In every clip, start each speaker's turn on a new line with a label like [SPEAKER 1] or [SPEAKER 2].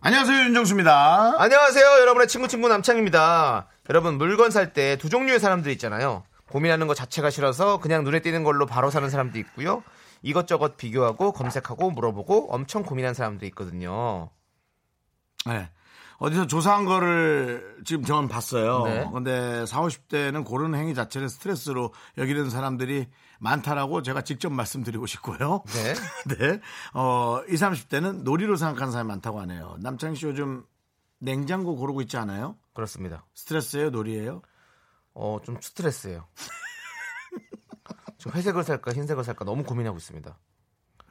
[SPEAKER 1] 안녕하세요 윤정수입니다.
[SPEAKER 2] 안녕하세요. 여러분의 친구 친구 남창입니다. 여러분 물건 살 때 두 종류의 사람들 있잖아요. 고민하는 것 자체가 싫어서 그냥 눈에 띄는 걸로 바로 사는 사람도 있고요. 이것저것 비교하고 검색하고 물어보고 엄청 고민한 사람도 있거든요.
[SPEAKER 1] 네. 어디서 조사한 거를 지금 저는 봤어요.
[SPEAKER 2] 네.
[SPEAKER 1] 근데 40, 50대는 고르는 행위 자체를 스트레스로 여기는 사람들이 많다라고 제가 직접 말씀드리고 싶고요.
[SPEAKER 2] 네.
[SPEAKER 1] 네. 어, 20, 30대는 놀이로 생각하는 사람이 많다고 하네요. 남창희 씨 요즘 냉장고 고르고 있지 않아요?
[SPEAKER 2] 그렇습니다.
[SPEAKER 1] 스트레스예요, 놀이예요?
[SPEAKER 2] 어, 좀 스트레스예요. 지금 회색을 살까 흰색을 살까 너무 고민하고 있습니다.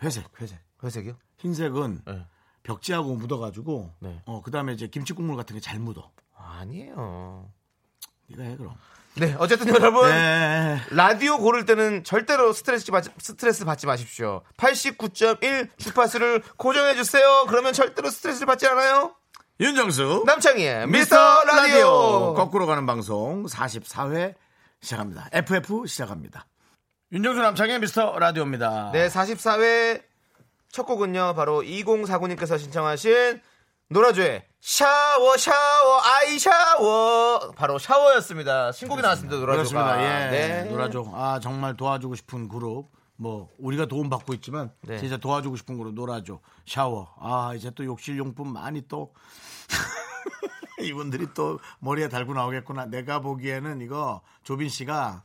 [SPEAKER 1] 회색, 회색.
[SPEAKER 2] 회색이요?
[SPEAKER 1] 흰색은
[SPEAKER 2] 네.
[SPEAKER 1] 벽지하고 묻어가지고
[SPEAKER 2] 네.
[SPEAKER 1] 어, 그다음에 이제 김치 국물 같은 게 잘 묻어.
[SPEAKER 2] 아니에요.
[SPEAKER 1] 네가 해 그럼.
[SPEAKER 2] 네, 어쨌든 여러분
[SPEAKER 1] 네.
[SPEAKER 2] 라디오 고를 때는 절대로 스트레스 받지, 스트레스 받지 마십시오. 89.1 주파수를 고정해 주세요. 그러면 절대로 스트레스 받지 않아요.
[SPEAKER 1] 윤정수.
[SPEAKER 2] 남창희의 미스터 라디오.
[SPEAKER 1] 거꾸로 가는 방송 44회 시작합니다. FF 시작합니다. 윤정수 남창의 미스터 라디오입니다.
[SPEAKER 2] 네, 44회 첫 곡은요. 바로 2049님께서 신청하신 노라조의 샤워 샤워 아이 샤워 바로 샤워였습니다. 신곡이 나왔습니다. 노라조가.
[SPEAKER 1] 그렇습니다. 예.
[SPEAKER 2] 네.
[SPEAKER 1] 노라조. 아, 정말 도와주고 싶은 그룹. 뭐 우리가 도움 받고 있지만
[SPEAKER 2] 네.
[SPEAKER 1] 진짜 도와주고 싶은 그룹 노라조. 샤워. 아, 이제 또 욕실 용품 많이 또 이분들이 또 머리에 달고 나오겠구나. 내가 보기에는 이거 조빈 씨가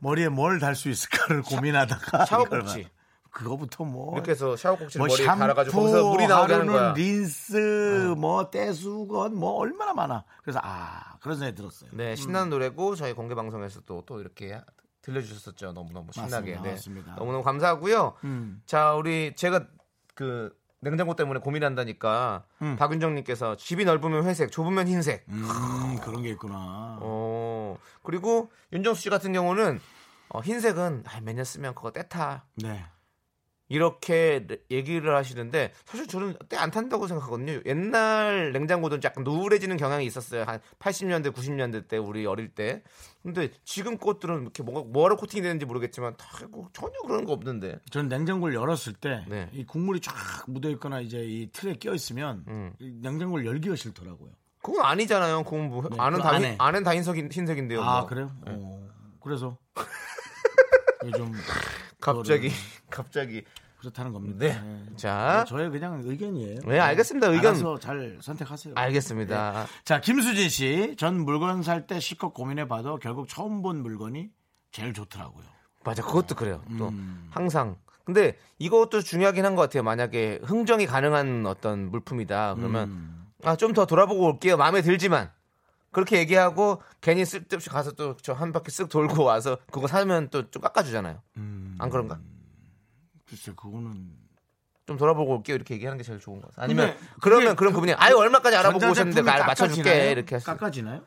[SPEAKER 1] 머리에 뭘 달 수 있을까를 고민하다가
[SPEAKER 2] 샤워
[SPEAKER 1] 이걸
[SPEAKER 2] 꼭지.
[SPEAKER 1] 봐. 그거부터 뭐
[SPEAKER 2] 이렇게 해서 샤워 꼭지를
[SPEAKER 1] 뭐
[SPEAKER 2] 머리에
[SPEAKER 1] 샴푸,
[SPEAKER 2] 갈아가지고 거기서 물이 나오게 하는 거야. 어.
[SPEAKER 1] 하루는 린스, 뭐 떼수건, 뭐 얼마나 많아. 그래서 아 그런 생각이 들었어요.
[SPEAKER 2] 네, 신나는 노래고 저희 공개 방송에서 또, 또 이렇게 들려주셨었죠. 너무너무 신나게.
[SPEAKER 1] 맞습니다.
[SPEAKER 2] 네.
[SPEAKER 1] 맞습니다.
[SPEAKER 2] 너무너무 감사하고요.
[SPEAKER 1] 음.
[SPEAKER 2] 자, 우리 제가 그 냉장고 때문에 고민한다니까 박윤정님께서 집이 넓으면 회색, 좁으면 흰색.
[SPEAKER 1] 음, 그런 게 있구나.
[SPEAKER 2] 어, 그리고 윤정수 씨 같은 경우는 어, 흰색은 아, 몇년 쓰면 그거 때타
[SPEAKER 1] 네.
[SPEAKER 2] 이렇게 레- 얘기를 하시는데 사실 저는 때 안 탄다고 생각하거든요. 옛날 냉장고도 약간 누래지는 경향이 있었어요. 한 80년대, 90년대 때 우리 어릴 때. 근데 지금 것들은 이렇게 뭔가 뭐하러 코팅이 되는지 모르겠지만 다 뭐 전혀 그런 거 없는데.
[SPEAKER 1] 전 냉장고를 열었을 때 이
[SPEAKER 2] 네.
[SPEAKER 1] 국물이 쫙 묻어 있거나 이제 이 틀에 껴 있으면
[SPEAKER 2] 음.
[SPEAKER 1] 이 냉장고를 열기가 싫더라고요.
[SPEAKER 2] 그건 아니잖아요. 그건 뭐
[SPEAKER 1] 네,
[SPEAKER 2] 아는
[SPEAKER 1] 그거
[SPEAKER 2] 다
[SPEAKER 1] 안
[SPEAKER 2] 흰-
[SPEAKER 1] 해.
[SPEAKER 2] 아는 다 흰색 흰색인데요.
[SPEAKER 1] 아
[SPEAKER 2] 뭐.
[SPEAKER 1] 그래요? 어, 그래서 요즘
[SPEAKER 2] 갑자기 갑자기
[SPEAKER 1] 그렇다는 겁니다.
[SPEAKER 2] 네. 자.
[SPEAKER 1] 저의 그냥 의견이에요.
[SPEAKER 2] 네, 알겠습니다. 의견.
[SPEAKER 1] 알아서 잘 선택하세요.
[SPEAKER 2] 알겠습니다.
[SPEAKER 1] 자, 김수진 씨. 전 물건 살 때 실컷 고민해봐도 결국 처음 본 물건이 제일 좋더라고요.
[SPEAKER 2] 맞아. 그것도 그래요. 또
[SPEAKER 1] 음.
[SPEAKER 2] 항상. 근데 이것도 중요하긴 한 것 같아요. 만약에 흥정이 가능한 어떤 물품이다. 그러면
[SPEAKER 1] 음.
[SPEAKER 2] 아 좀 더 돌아보고 올게요. 마음에 들지만 그렇게 얘기하고 괜히 쓸데없이 가서 또 저 한 바퀴 쓱 돌고 와서 그거 사면 또 좀 깎아주잖아요.
[SPEAKER 1] 음.
[SPEAKER 2] 안 그런가?
[SPEAKER 1] 글쎄, 그거는.
[SPEAKER 2] 좀 돌아보고 올게요. 이렇게 얘기하는 게 제일 좋은 것 같아요. 아니면
[SPEAKER 1] 근데
[SPEAKER 2] 그러면
[SPEAKER 1] 그게
[SPEAKER 2] 그런 그분이 아유 얼마까지 알아보고
[SPEAKER 1] 전자제품이
[SPEAKER 2] 오셨는데 나 맞춰줄게
[SPEAKER 1] 깎아지나요?
[SPEAKER 2] 이렇게 하시
[SPEAKER 1] 깎아지나요?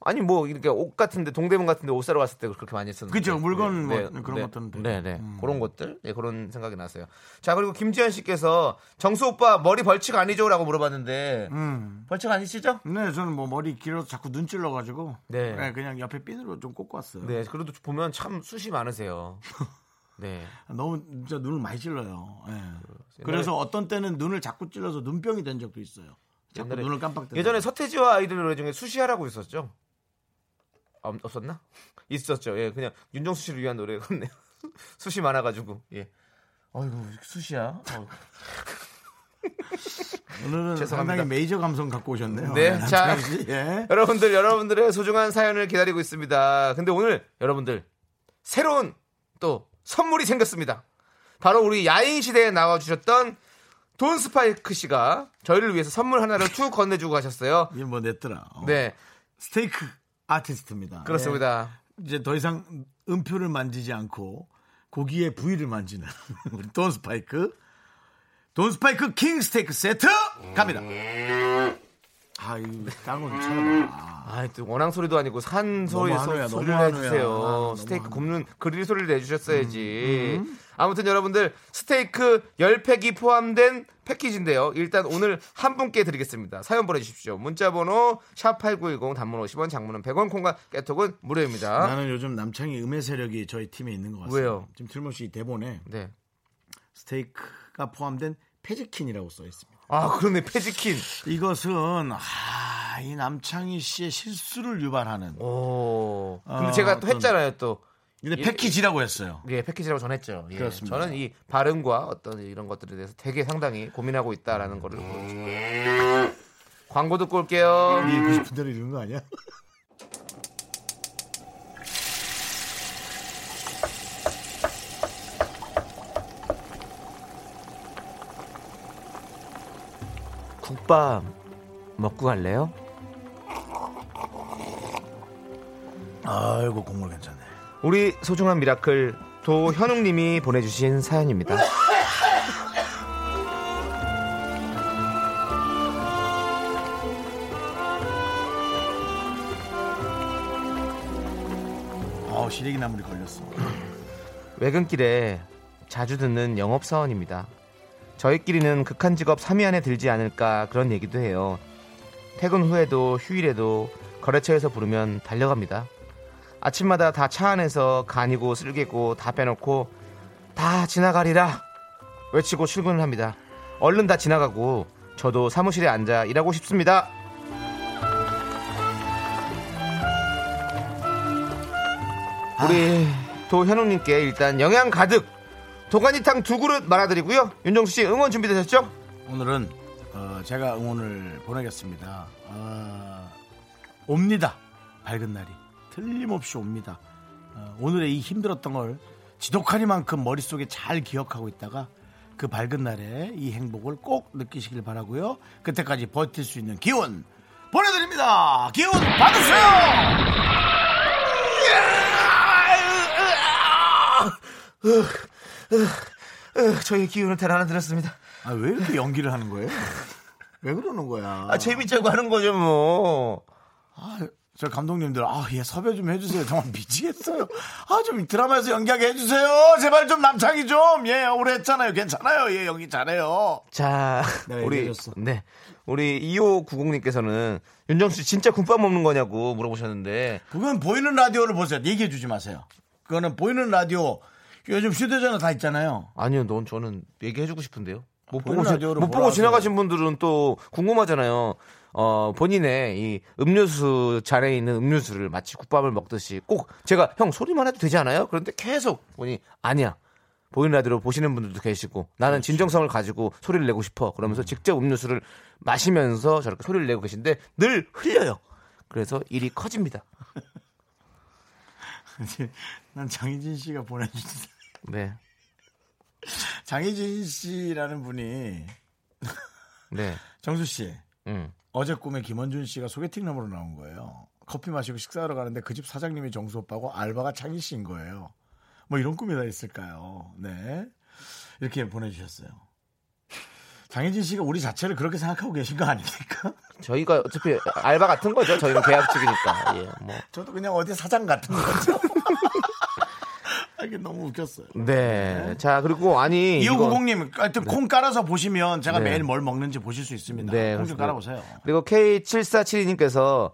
[SPEAKER 2] 아니 뭐 이렇게 옷 같은데 동대문 같은데 옷 사러 갔을 때 그렇게 많이 했었는데
[SPEAKER 1] 그죠, 물건 뭐 그런 음.
[SPEAKER 2] 네,
[SPEAKER 1] 것들은 되게.
[SPEAKER 2] 네네 그런 것들 네, 그런 생각이 났어요 자 그리고 김지현 씨께서 정수 오빠 머리 벌칙 아니죠라고 물어봤는데
[SPEAKER 1] 음.
[SPEAKER 2] 벌칙 아니시죠?
[SPEAKER 1] 네, 저는 뭐 머리 길어서 자꾸 눈 찔러가지고.
[SPEAKER 2] 네.
[SPEAKER 1] 네, 그냥 옆에 핀으로 좀 꽂고 왔어요.
[SPEAKER 2] 네 그래도 보면 참 숱이 많으세요 네
[SPEAKER 1] 너무 진짜 눈을 많이 찔러요. 예. 그래서 어떤 때는 눈을 자꾸 찔러서 눈병이 된 적도 있어요. 자꾸
[SPEAKER 2] 옛날에-
[SPEAKER 1] 눈을 깜빡대요.
[SPEAKER 2] 예전에 서태지와 아이들 노래 중에 수시하라고 있었죠? 아, 없었나? 있었죠. 예, 그냥 윤정수 씨를 위한 노래였네요. 수시 많아가지고 예. 어이구 수시야. 어,
[SPEAKER 1] 오늘은
[SPEAKER 2] 죄송합니다.
[SPEAKER 1] 상당히 메이저 감성 갖고 오셨네요.
[SPEAKER 2] 네, 자.
[SPEAKER 1] 남창희 씨. 예.
[SPEAKER 2] 여러분들 여러분들의 소중한 사연을 기다리고 있습니다. 근데 오늘 여러분들 새로운 또 선물이 생겼습니다. 바로 우리 야인 시대에 나와 주셨던 돈 스파이크 씨가 저희를 위해서 선물 하나를 툭 건네주고 가셨어요.
[SPEAKER 1] 이게 뭐 냈더라. 어.
[SPEAKER 2] 네,
[SPEAKER 1] 스테이크 아티스트입니다.
[SPEAKER 2] 그렇습니다.
[SPEAKER 1] 예. 이제 더 이상 음표를 만지지 않고 고기의 부위를 만지는 우리 돈 스파이크. 돈 스파이크 킹 스테이크 세트 갑니다. 아, 이딴걸 찾아봐.
[SPEAKER 2] 아, 또 원앙 소리도 아니고 산 소리
[SPEAKER 1] 한우야,
[SPEAKER 2] 소리를
[SPEAKER 1] 너무
[SPEAKER 2] 해주세요.
[SPEAKER 1] 한우야. 아, 너무
[SPEAKER 2] 스테이크
[SPEAKER 1] 한우. 음,
[SPEAKER 2] 굽는 그릴 소리를 내주셨어야지. 아무튼 여러분들 스테이크 10팩이 포함된 패키지인데요. 일단 오늘 한 분께 드리겠습니다. 사연 보내주십시오. 문자번호 샵8910 단문 50원 장문은 100원 콩과 깨톡은 무료입니다.
[SPEAKER 1] 나는 요즘 남창희 음의 세력이 저희 팀에 있는 것 같습니다.
[SPEAKER 2] 아. 왜요?
[SPEAKER 1] 지금 틀림없이 이 대본에
[SPEAKER 2] 네.
[SPEAKER 1] 스테이크가 포함된 페지킨이라고 써 있습니다.
[SPEAKER 2] 아 그러네 페지킨.
[SPEAKER 1] 이것은 아, 이 남창희 씨의 실수를 유발하는.
[SPEAKER 2] 오. 근데
[SPEAKER 1] 아,
[SPEAKER 2] 제가 또
[SPEAKER 1] 어떤-
[SPEAKER 2] 했잖아요 또.
[SPEAKER 1] 근데
[SPEAKER 2] 어? 예.
[SPEAKER 1] 패키지라고 했어요.
[SPEAKER 2] 예, 패키지라고 전했죠. 예.
[SPEAKER 1] 그렇습니다.
[SPEAKER 2] 저는 이 발음과 어떤 이런 것들에 대해서 되게 상당히 고민하고 있다라는 거를 보여주고 광고 듣고 올게요.
[SPEAKER 1] 읽고 싶은 대로 읽는 거 아니야?
[SPEAKER 2] 국밥 먹고 갈래요?
[SPEAKER 1] 아이고 국물 괜찮네.
[SPEAKER 2] 우리 소중한 미라클 도현웅님이 보내주신 사연입니다.
[SPEAKER 1] 어 시래기 나물이 걸렸어.
[SPEAKER 2] 외근길에 자주 듣는 영업사원입니다. 저희끼리는 극한 직업 3위 안에 들지 않을까 그런 얘기도 해요. 퇴근 후에도 휴일에도 거래처에서 부르면 달려갑니다. 아침마다 다 차 안에서 간이고 쓸개고 다 빼놓고 다 지나가리라 외치고 출근을 합니다. 얼른 다 지나가고 저도 사무실에 앉아 일하고 싶습니다. 우리 도현웅님께 일단 영양 가득 도가니탕 두 그릇 말아드리고요. 윤정수 씨 응원 준비되셨죠?
[SPEAKER 1] 오늘은 어, 제가 응원을 보내겠습니다. 어, 옵니다. 밝은 날이 틀림없이 옵니다. 어, 오늘의 이 힘들었던 걸 지독하니만큼 머릿속에 잘 기억하고 있다가 그 밝은 날에 이 행복을 꼭 느끼시길 바라고요. 그때까지 버틸 수 있는 기운 보내드립니다. 기운 받으세요.
[SPEAKER 2] 어, 저희 기운은 대단한 들었습니다.
[SPEAKER 1] 아 왜 이렇게 연기를 하는 거예요? 왜 그러는 거야?
[SPEAKER 2] 아, 재밌자고 하는 거죠, 뭐.
[SPEAKER 1] 아, 저 감독님들 아 예 섭외 좀 해주세요 정말 미치겠어요 아 좀 드라마에서 연기하게 해주세요 제발 좀 남창이 좀 예 오래 했잖아요 괜찮아요 예 연기 잘해요
[SPEAKER 2] 자,
[SPEAKER 1] 내가
[SPEAKER 2] 우리
[SPEAKER 1] 얘기해줬어.
[SPEAKER 2] 네. 우리 2590님께서는 윤정수 씨 진짜 국밥 먹는 거냐고 물어보셨는데
[SPEAKER 1] 그건 보이는 라디오를 보세요 얘기해 주지 마세요 그거는 보이는 라디오 요즘 휴대전화 다 있잖아요
[SPEAKER 2] 아니요, 넌 저는 얘기해 주고 싶은데요. 못
[SPEAKER 1] 보이는
[SPEAKER 2] 보고 지,
[SPEAKER 1] 라디오로
[SPEAKER 2] 못
[SPEAKER 1] 보라
[SPEAKER 2] 보고 지나가신 분들은 또 궁금하잖아요. 어, 본인의 이 음료수 잔에 있는 음료수를 마치 국밥을 먹듯이 꼭 제가 형 소리만 해도 되지 않아요? 그런데 계속 보니 아니야. 보이는 라디오 보시는 분들도 계시고 나는
[SPEAKER 1] 그렇죠.
[SPEAKER 2] 진정성을 가지고 소리를 내고 싶어. 그러면서 직접 음료수를 마시면서 저렇게 소리를 내고 계신데 늘 흘려요. 그래서 일이 커집니다.
[SPEAKER 1] 난 장희진 씨가 보내주신
[SPEAKER 2] 네.
[SPEAKER 1] 장희진 씨라는 분이
[SPEAKER 2] 네.
[SPEAKER 1] 정수 씨
[SPEAKER 2] 음.
[SPEAKER 1] 어제 꿈에 김원준 씨가 소개팅 남으로 나온 거예요. 커피 마시고 식사하러 가는데 그 집 사장님이 정수 오빠고 알바가 창희 씨인 거예요. 뭐 이런 꿈이 다 있을까요? 네. 이렇게 보내주셨어요. 장혜진 씨가 우리 자체를 그렇게 생각하고 계신 거 아닙니까?
[SPEAKER 2] 저희가 어차피 알바 같은 거죠. 저희는 계약직이니까. 예. 뭐
[SPEAKER 1] 저도 그냥 어디 사장 같은 거죠. 아, 이게 너무 웃겼어요.
[SPEAKER 2] 네. 자, 그리고 아니. 이거-
[SPEAKER 1] 2590님, 하여튼 콩 깔아서 보시면 제가
[SPEAKER 2] 네.
[SPEAKER 1] 매일 뭘 먹는지 보실 수 있습니다.
[SPEAKER 2] 네,
[SPEAKER 1] 콩좀
[SPEAKER 2] 그렇습니다.
[SPEAKER 1] 깔아보세요.
[SPEAKER 2] 그리고 K7472님께서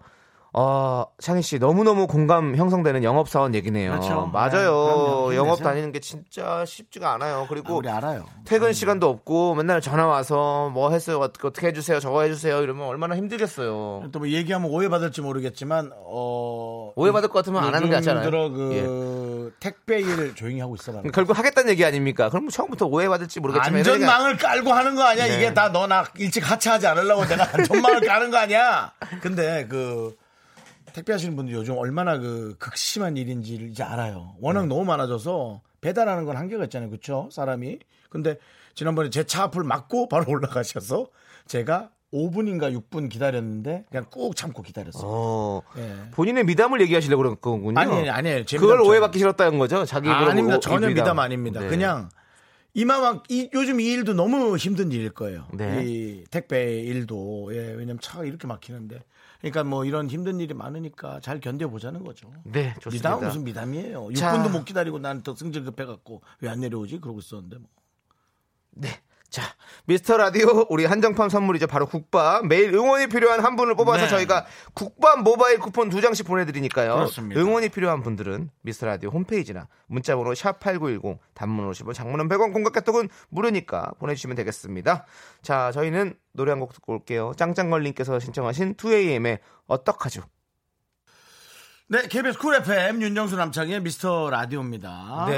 [SPEAKER 2] 어, 창희 씨 너무너무 공감 형성되는 영업 사원 얘기네요.
[SPEAKER 1] 그렇죠. 네,
[SPEAKER 2] 맞아요.
[SPEAKER 1] 그럼요.
[SPEAKER 2] 영업
[SPEAKER 1] 힘내세요.
[SPEAKER 2] 다니는 게 진짜 쉽지가 않아요.
[SPEAKER 1] 아,
[SPEAKER 2] 그리고
[SPEAKER 1] 우리 알아요.
[SPEAKER 2] 퇴근 시간도 없고 맨날 전화 와서 뭐 했어요? 어떻게, 어떻게 해 주세요. 저거 해 주세요. 이러면 얼마나 힘들겠어요.
[SPEAKER 1] 또 뭐 얘기하면 오해받을지 모르겠지만 어
[SPEAKER 2] 오해받을 것 같으면 안 하는 게
[SPEAKER 1] 요즘
[SPEAKER 2] 낫잖아요. 예.
[SPEAKER 1] 들어 그 택배 일 조용히 하고 있어라는
[SPEAKER 2] 결국 하겠다는 얘기 아닙니까? 그럼 처음부터 오해받을지 모르겠지만
[SPEAKER 1] 안전망을 깔고 하는 거 아니야?
[SPEAKER 2] 네.
[SPEAKER 1] 이게 다 너 나 일찍 하차하지 않으려고 내가 안전망을 까는 거 아니야? 근데 그 택배 하시는 분들 요즘 얼마나 그 극심한 일인지 이제 알아요. 워낙
[SPEAKER 2] 네.
[SPEAKER 1] 너무 많아져서 배달하는 건 한계가 있잖아요. 그쵸? 사람이. 근데 지난번에 제 차 앞을 막고 바로 올라가셔서 제가 5분인가 6분 기다렸는데 그냥 꾹 참고 기다렸어요.
[SPEAKER 2] 어.
[SPEAKER 1] 예.
[SPEAKER 2] 본인의 미담을 얘기하시려고 아, 그런 거군요.
[SPEAKER 1] 아니, 아니, 아니에요. 제
[SPEAKER 2] 그걸
[SPEAKER 1] 미담
[SPEAKER 2] 오해받기 싫었다는 거죠? 자기
[SPEAKER 1] 아,
[SPEAKER 2] 그런
[SPEAKER 1] 아닙니다.
[SPEAKER 2] 오-
[SPEAKER 1] 전혀
[SPEAKER 2] 미담.
[SPEAKER 1] 미담 아닙니다.
[SPEAKER 2] 네.
[SPEAKER 1] 그냥 이마만 이- 요즘 이 일도 너무 힘든 일일 거예요.
[SPEAKER 2] 네.
[SPEAKER 1] 이 택배 일도 예, 왜냐면 차가 이렇게 막히는데. 그러니까 뭐 이런 힘든 일이 많으니까 잘 견뎌 보자는 거죠.
[SPEAKER 2] 네, 좋습니다.
[SPEAKER 1] 미담은 무슨 미담이에요.
[SPEAKER 2] 자.
[SPEAKER 1] 육군도 못 기다리고 나는 더 승질 급해 갖고 왜 안 내려오지 그러고 있었는데 뭐.
[SPEAKER 2] 네. 자, 미스터 라디오 우리 한정판 선물이죠. 바로 국밥. 매일 응원이 필요한 한 분을 뽑아서
[SPEAKER 1] 네.
[SPEAKER 2] 저희가 국밥 모바일 쿠폰 두 장씩 보내드리니까요.
[SPEAKER 1] 그렇습니다.
[SPEAKER 2] 응원이 필요한 분들은 미스터 라디오 홈페이지나 문자번호 샵 #8910 단문 50원, 장문은 100원, 공각개톡은 무료니까 보내주시면 되겠습니다. 자, 저희는 노래 한 곡 듣고 올게요. 짱짱걸님께서 신청하신 2AM의 어떡하죠?
[SPEAKER 1] 네, KBS 쿨 FM 윤정수 남창의 미스터 라디오입니다.
[SPEAKER 2] 네.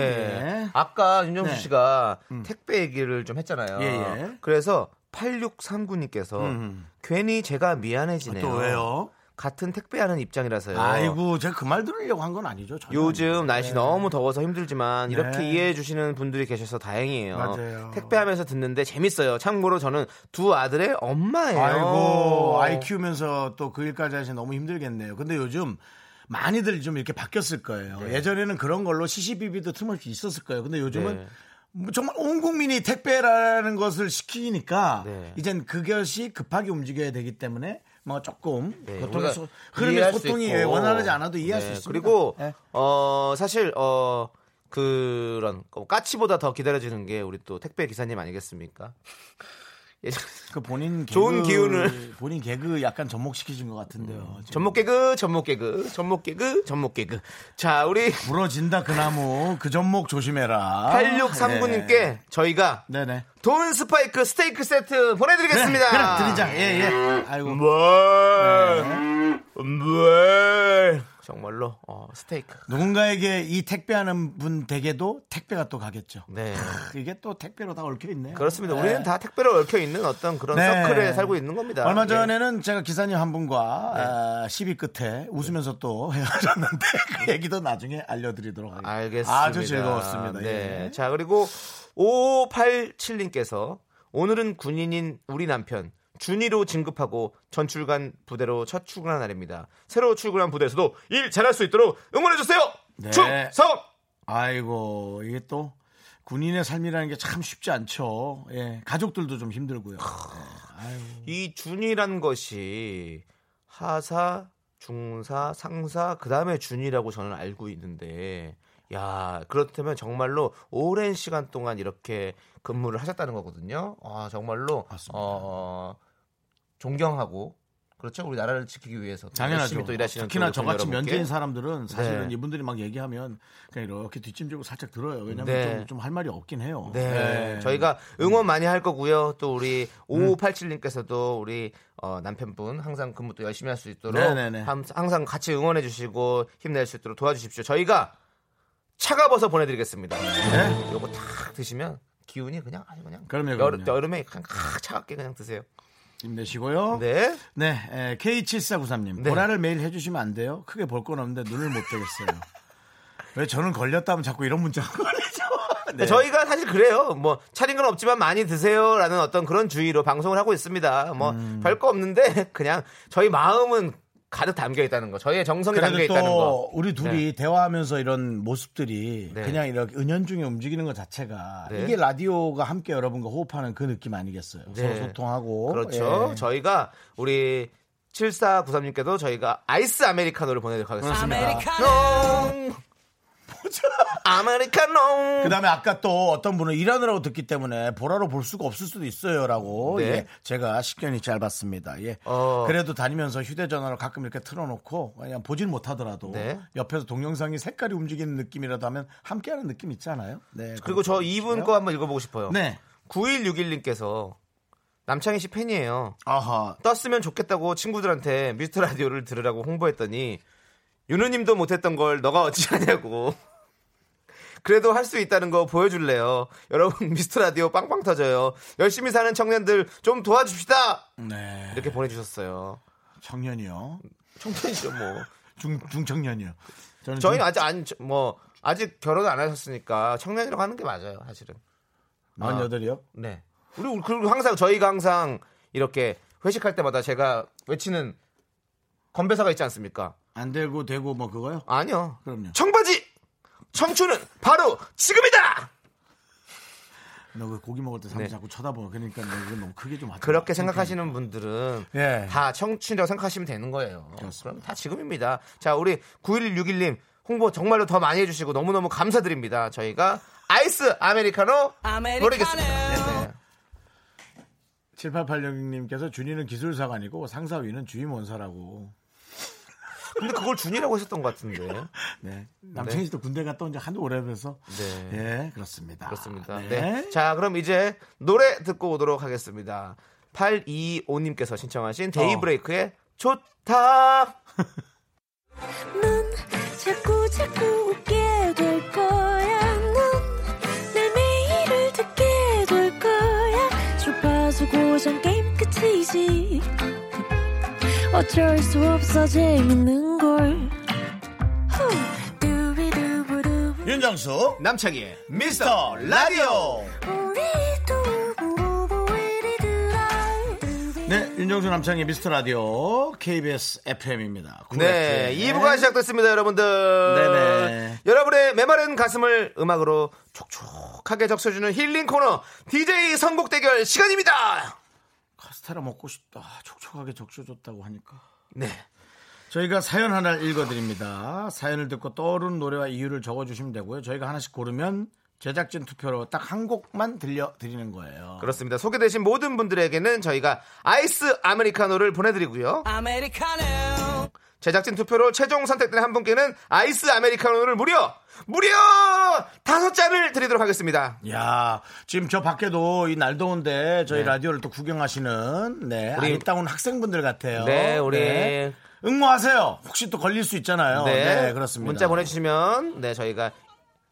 [SPEAKER 1] 예.
[SPEAKER 2] 아까 윤정수
[SPEAKER 1] 네.
[SPEAKER 2] 씨가 택배 얘기를 좀 했잖아요.
[SPEAKER 1] 예, 예.
[SPEAKER 2] 그래서 8639님께서
[SPEAKER 1] 음. 아,
[SPEAKER 2] 괜히 제가 미안해지네요.
[SPEAKER 1] 또 왜요?
[SPEAKER 2] 같은 택배하는 입장이라서요.
[SPEAKER 1] 아이고, 제가 그 말 들으려고 한 건 아니죠. 전혀
[SPEAKER 2] 요즘
[SPEAKER 1] 아니죠.
[SPEAKER 2] 날씨 너무 더워서 힘들지만 이렇게
[SPEAKER 1] 네.
[SPEAKER 2] 이해해 주시는 분들이 계셔서 다행이에요.
[SPEAKER 1] 맞아요.
[SPEAKER 2] 택배하면서 듣는데 재밌어요. 참고로 저는 두 아들의 엄마예요.
[SPEAKER 1] 아이고, 아이 키우면서 또 그 일까지 하시 너무 힘들겠네요. 근데 요즘 많이들 좀 이렇게 바뀌었을 거예요.
[SPEAKER 2] 네.
[SPEAKER 1] 예전에는 그런 걸로 시시비비도 틈없이 있었을 거예요. 근데 요즘은
[SPEAKER 2] 네.
[SPEAKER 1] 뭐 정말 온 국민이 택배라는 것을 시키니까
[SPEAKER 2] 네.
[SPEAKER 1] 이젠 그것이 급하게 움직여야 되기 때문에 뭐 조금
[SPEAKER 2] 네,
[SPEAKER 1] 교통의
[SPEAKER 2] 우리가
[SPEAKER 1] 소, 흐름의
[SPEAKER 2] 이해할 수
[SPEAKER 1] 소통이
[SPEAKER 2] 있고.
[SPEAKER 1] 원활하지 않아도 이해할
[SPEAKER 2] 네,
[SPEAKER 1] 수 있습니다.
[SPEAKER 2] 그리고
[SPEAKER 1] 네.
[SPEAKER 2] 어 사실 어 그런 거, 까치보다 더 기다려지는 게 우리 또 택배 기사님 아니겠습니까? 예전
[SPEAKER 1] 그 본인 개그,
[SPEAKER 2] 좋은 기운을. 음.
[SPEAKER 1] 본인 개그 약간 접목시키신 것 같은데요. 지금.
[SPEAKER 2] 전목 개그, 전목 개그, 전목 개그, 전목 개그. 자, 우리
[SPEAKER 1] 부러진다 그 나무 그 전목 조심해라.
[SPEAKER 2] 8639님께
[SPEAKER 1] 아, 네.
[SPEAKER 2] 저희가
[SPEAKER 1] 네네.
[SPEAKER 2] 돈 스파이크 스테이크 세트 보내드리겠습니다. 뭐.
[SPEAKER 1] 그래, 드리자. 네. 예, 예. 아이고.
[SPEAKER 2] 뭘, 뭘. 정말로, 어, 스테이크.
[SPEAKER 1] 누군가에게 이 택배하는 분 댁에도 택배가 또 가겠죠.
[SPEAKER 2] 네.
[SPEAKER 1] 크, 이게 또 택배로 다 얽혀 있네요. 네.
[SPEAKER 2] 그렇습니다. 우리는 다 택배로 얽혀 있는 어떤 그런 서클에 살고 있는 겁니다.
[SPEAKER 1] 얼마
[SPEAKER 2] 예. 네.
[SPEAKER 1] 전에는 제가 기사님 한 분과 아, 시비 끝에 웃으면서 또 헤어졌는데 그 얘기도 나중에 알려드리도록 하겠습니다.
[SPEAKER 2] 알겠습니다.
[SPEAKER 1] 아주 즐거웠습니다.
[SPEAKER 2] 네.
[SPEAKER 1] 예.
[SPEAKER 2] 자, 그리고 5587님께서 오늘은 군인인 우리 남편 준이로 진급하고 전출간 부대로 첫 출근한 날입니다. 새로 출근한 부대에서도 일 잘할 수 있도록 응원해 주세요.
[SPEAKER 1] 네.
[SPEAKER 2] 충성.
[SPEAKER 1] 아이고 이게 또 군인의 삶이라는 게 참 쉽지 않죠. 예, 가족들도 좀 힘들고요. 예, 아이고.
[SPEAKER 2] 이 준이란 것이 하사, 중사, 상사 그다음에 준이라고 저는 알고 있는데 야, 그렇다면 정말로 오랜 시간 동안 이렇게 근무를 하셨다는 거거든요. 아, 정말로
[SPEAKER 1] 맞습니다.
[SPEAKER 2] 어, 존경하고 그렇죠. 우리 나라를 지키기 위해서 또 열심히
[SPEAKER 1] 당연하죠.
[SPEAKER 2] 또 일하시는
[SPEAKER 1] 특히나
[SPEAKER 2] 또
[SPEAKER 1] 저같이
[SPEAKER 2] 여러분께.
[SPEAKER 1] 면제인 사람들은 사실은
[SPEAKER 2] 네.
[SPEAKER 1] 이분들이 막 얘기하면 그냥 이렇게 뒷짐지고 살짝 들어요. 왜냐면
[SPEAKER 2] 네.
[SPEAKER 1] 좀 할 말이 없긴 해요.
[SPEAKER 2] 네.
[SPEAKER 1] 네.
[SPEAKER 2] 저희가 응원 많이 할 거고요. 또 우리 5587님께서도 우리 어, 남편분 항상 근무 또 열심히 할 수 있도록
[SPEAKER 1] 네네네.
[SPEAKER 2] 함- 항상 같이 응원해 주시고 힘낼 수 있도록 도와주십시오. 저희가 차가버섯 보내드리겠습니다.
[SPEAKER 1] 네?
[SPEAKER 2] 요거 탁 드시면 기운이 그냥 아주 그냥
[SPEAKER 1] 그럼요,
[SPEAKER 2] 여름,
[SPEAKER 1] 그럼요.
[SPEAKER 2] 여름에 그냥 칵 차갑게 그냥 드세요.
[SPEAKER 1] 힘내시고요. 네.
[SPEAKER 2] 네.
[SPEAKER 1] K7493님.
[SPEAKER 2] 네.
[SPEAKER 1] 보라를 매일 해주시면 안 돼요? 크게 볼 건 없는데 눈을 못 뜨겠어요. 왜 저는 걸렸다면 자꾸 이런 문자가 걸리죠? 네.
[SPEAKER 2] 저희가 사실 그래요. 뭐 차린 건 없지만 많이 드세요라는 어떤 그런 주의로 방송을 하고 있습니다. 뭐
[SPEAKER 1] 음.
[SPEAKER 2] 별거 없는데 그냥 저희 마음은 가득 담겨 있다는 거. 저희의 정성이 담겨
[SPEAKER 1] 그래도
[SPEAKER 2] 있다는 거.
[SPEAKER 1] 또 우리 둘이 대화하면서 이런 모습들이
[SPEAKER 2] 네.
[SPEAKER 1] 그냥 이렇게 은연중에 움직이는 것 자체가
[SPEAKER 2] 네.
[SPEAKER 1] 이게 라디오가 함께 여러분과 호흡하는 그 느낌 아니겠어요?
[SPEAKER 2] 네.
[SPEAKER 1] 서로 소통하고
[SPEAKER 2] 그렇죠.
[SPEAKER 1] 예.
[SPEAKER 2] 저희가 우리 7493님께도 저희가 아이스 아메리카노를 보내도록 하겠습니다. 아메리카노. 아메리카노.
[SPEAKER 1] 그다음에 아까 또 어떤 분은 일하느라고 듣기 때문에 보라로 볼 수가 없을 수도 있어요라고
[SPEAKER 2] 네.
[SPEAKER 1] 예, 제가 식견이 짧았습니다. 예.
[SPEAKER 2] 어.
[SPEAKER 1] 그래도 다니면서 휴대전화로 가끔 이렇게 틀어놓고 그냥 보진 못하더라도
[SPEAKER 2] 네.
[SPEAKER 1] 옆에서 동영상이 색깔이 움직이는 느낌이라도 하면 함께하는 느낌 있잖아요. 네.
[SPEAKER 2] 그리고 저 이분 거 한번 읽어보고 싶어요.
[SPEAKER 1] 네.
[SPEAKER 2] 9161님께서 남창희 씨 팬이에요.
[SPEAKER 1] 아하.
[SPEAKER 2] 떴으면 좋겠다고 친구들한테 미스터 라디오를 들으라고 홍보했더니 윤우님도 못했던 걸 너가 어찌하냐고. 그래도 할 수 있다는 거 보여줄래요. 여러분 미스터 라디오 빵빵 터져요. 열심히 사는 청년들 좀 도와줍시다.
[SPEAKER 1] 네.
[SPEAKER 2] 이렇게 보내주셨어요.
[SPEAKER 1] 청년이요.
[SPEAKER 2] 청년이죠 뭐.
[SPEAKER 1] 중 중청년이요. 저는
[SPEAKER 2] 저희는 아직 안 뭐 아직 결혼 안 하셨으니까 청년이라고 하는 게 맞아요 사실은.
[SPEAKER 1] 만 여덟이요.
[SPEAKER 2] 네. 우리 우리 그리고 항상 저희가 항상 이렇게 회식할 때마다 제가 외치는 건배사가 있지 않습니까?
[SPEAKER 1] 안 되고 되고 뭐 그거요?
[SPEAKER 2] 아니요.
[SPEAKER 1] 네. 그럼요.
[SPEAKER 2] 청바지 청춘은 바로 지금이다.
[SPEAKER 1] 너 왜 고기 먹을 때 사람 자꾸 쳐다보고 그러니까 너 이거 너무 크게 좀 하지 마.
[SPEAKER 2] 네. 그렇게 생각하시는 분들은
[SPEAKER 1] 예.
[SPEAKER 2] 다 청춘이라고 생각하시면 되는 거예요.
[SPEAKER 1] 그렇습니다.
[SPEAKER 2] 그럼 다 지금입니다. 자, 우리 9161님 홍보 정말로 더 많이 해주시고 너무너무 감사드립니다. 저희가 아이스 아메리카노 노리겠습니다. 네.
[SPEAKER 1] 7886님께서 준이는 기술사가 아니고 상사위는 주임원사라고.
[SPEAKER 2] 근데 그걸 준이라고 했었던 것 같은데.
[SPEAKER 1] 네. 남창희 씨도 군대 갔다 온 지 한두 오래돼서.
[SPEAKER 2] 네.
[SPEAKER 1] 예, 그렇습니다.
[SPEAKER 2] 그렇습니다.
[SPEAKER 1] 네.
[SPEAKER 2] 네. 자, 그럼 이제 노래 듣고 오도록 하겠습니다. 825님께서 신청하신 데이브레이크의 좋다.
[SPEAKER 3] 넌 자꾸 자꾸 웃게 될 거야. 넌내 매일을 듣게 될 거야. 주파수 고정 게임 끝이지. 어쩔 수 없어 재밌는 걸. 후. 두비두부두.
[SPEAKER 1] 윤정수.
[SPEAKER 2] 남창희의 미스터 라디오.
[SPEAKER 3] 우리 두부부부 우리 두라. 두비.
[SPEAKER 1] 네, 윤정수 남창희 미스터 라디오 KBS FM입니다.
[SPEAKER 2] 네, 2부가 시작됐습니다, 여러분들.
[SPEAKER 1] 네네.
[SPEAKER 2] 여러분의 메마른 가슴을 음악으로 촉촉하게 적셔주는 힐링 코너 DJ 선곡 대결 시간입니다.
[SPEAKER 1] 카스테라 먹고 싶다. 촉촉하게 적셔줬다고 하니까.
[SPEAKER 2] 네,
[SPEAKER 1] 저희가 사연 하나를 읽어드립니다. 사연을 듣고 떠오른 노래와 이유를 적어주시면 되고요. 저희가 하나씩 고르면 제작진 투표로 딱 한 곡만 들려드리는 거예요.
[SPEAKER 2] 그렇습니다. 소개되신 모든 분들에게는 저희가 아이스 아메리카노를 보내드리고요. 제작진 투표로 최종 선택된 한 분께는 아이스 아메리카노를 무려 무려 다섯 잔을 드리도록 하겠습니다.
[SPEAKER 1] 야 지금 저 밖에도 이 날 더운데 저희 라디오를 또 구경하시는 네
[SPEAKER 2] 네. 우리-
[SPEAKER 1] 우리 따운 학생분들 같아요.
[SPEAKER 2] 네, 우리-
[SPEAKER 1] 응모하세요. 혹시 또 걸릴 수 있잖아요. 네, 그렇습니다.
[SPEAKER 2] 어, 문자 보내주시면 네 저희가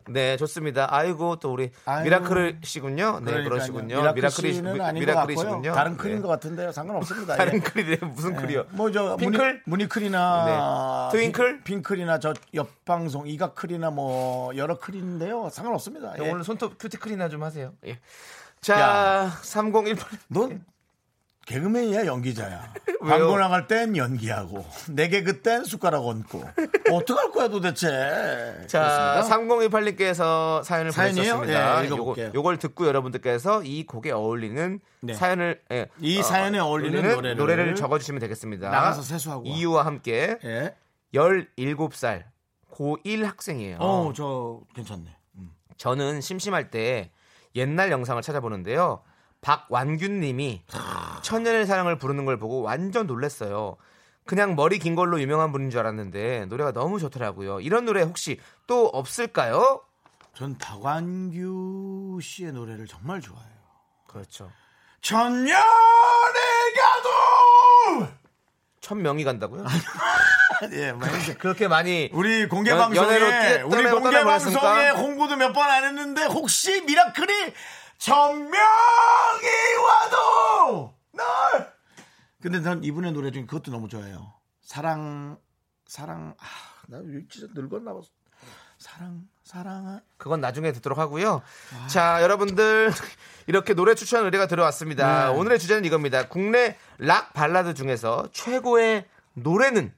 [SPEAKER 2] 네 좋습니다. 아이고 또 우리
[SPEAKER 1] 아이고.
[SPEAKER 2] 미라클 씨군요. 네
[SPEAKER 1] 그러니까요.
[SPEAKER 2] 그러시군요.
[SPEAKER 1] 미라클
[SPEAKER 2] 미라클이-
[SPEAKER 1] 씨는
[SPEAKER 2] 미-
[SPEAKER 1] 아닌 것 같고요. 다른 클인
[SPEAKER 2] 네.
[SPEAKER 1] 것 같은데요. 상관없습니다.
[SPEAKER 2] 다른
[SPEAKER 1] 예.
[SPEAKER 2] 클이래 무슨 클이요?
[SPEAKER 1] 뭐저
[SPEAKER 2] 핑클?
[SPEAKER 1] 무니클이나
[SPEAKER 2] 네. 트윙클?
[SPEAKER 1] 핑클이나 저 옆방송 이가클이나 뭐 여러 클인데요 상관없습니다.
[SPEAKER 2] 네,
[SPEAKER 1] 예.
[SPEAKER 2] 오늘 손톱 큐티클이나 좀 하세요. 예. 자,
[SPEAKER 1] 야.
[SPEAKER 2] 3018.
[SPEAKER 1] 넌 개그맨이야 연기자야.
[SPEAKER 2] 왜요?
[SPEAKER 1] 광고 나갈 땐 연기하고 내 개그 땐 숟가락 얹고 뭐 어떡할 거야 도대체. 그렇습니다.
[SPEAKER 2] 자, 3018님께서 사연을
[SPEAKER 1] 사연이에요?
[SPEAKER 2] 보내셨습니다.
[SPEAKER 1] 네, 읽어볼게요.
[SPEAKER 2] 요거, 요걸 듣고 여러분들께서 이 곡에 어울리는
[SPEAKER 1] 네.
[SPEAKER 2] 사연을 예,
[SPEAKER 1] 이 사연에 어울리는 노래를-
[SPEAKER 2] 적어주시면 되겠습니다.
[SPEAKER 1] 나가서 세수하고 와.
[SPEAKER 2] 이유와 함께
[SPEAKER 1] 예.
[SPEAKER 2] 17살 고1 학생이에요.
[SPEAKER 1] 어, 저 괜찮네. 음.
[SPEAKER 2] 저는 심심할 때 옛날 영상을 찾아보는데요. 박완균 님이 천년의 사랑을 부르는 걸 보고 완전 놀랐어요. 그냥 머리 긴 걸로 유명한 분인 줄 알았는데 노래가 너무 좋더라고요. 이런 노래 혹시 또 없을까요?
[SPEAKER 1] 전 박완규 씨의 노래를 정말 좋아해요.
[SPEAKER 2] 그렇죠.
[SPEAKER 1] 천년의 가도
[SPEAKER 2] 천명이 간다고요?
[SPEAKER 1] 예, 뭐 이제
[SPEAKER 2] 그렇게 많이
[SPEAKER 1] 우리 공개
[SPEAKER 2] 연-
[SPEAKER 1] 방송에
[SPEAKER 2] 연애로
[SPEAKER 1] 우리
[SPEAKER 2] 떠나-
[SPEAKER 1] 공개
[SPEAKER 2] 떠나버렸습니까?
[SPEAKER 1] 방송에 홍보도 몇 번 안 했는데 혹시 미라클이 전명이 와도 널 근데 전 이분의 노래 중에 그것도 너무 좋아해요. 사랑 사랑 아, 나 진짜 늙었나 봐. 사랑 사랑
[SPEAKER 2] 그건 나중에 듣도록 하고요. 자, 여러분들 이렇게 노래 추천 의뢰가 들어왔습니다. 오늘의 주제는 이겁니다. 국내 락 발라드 중에서 최고의 노래는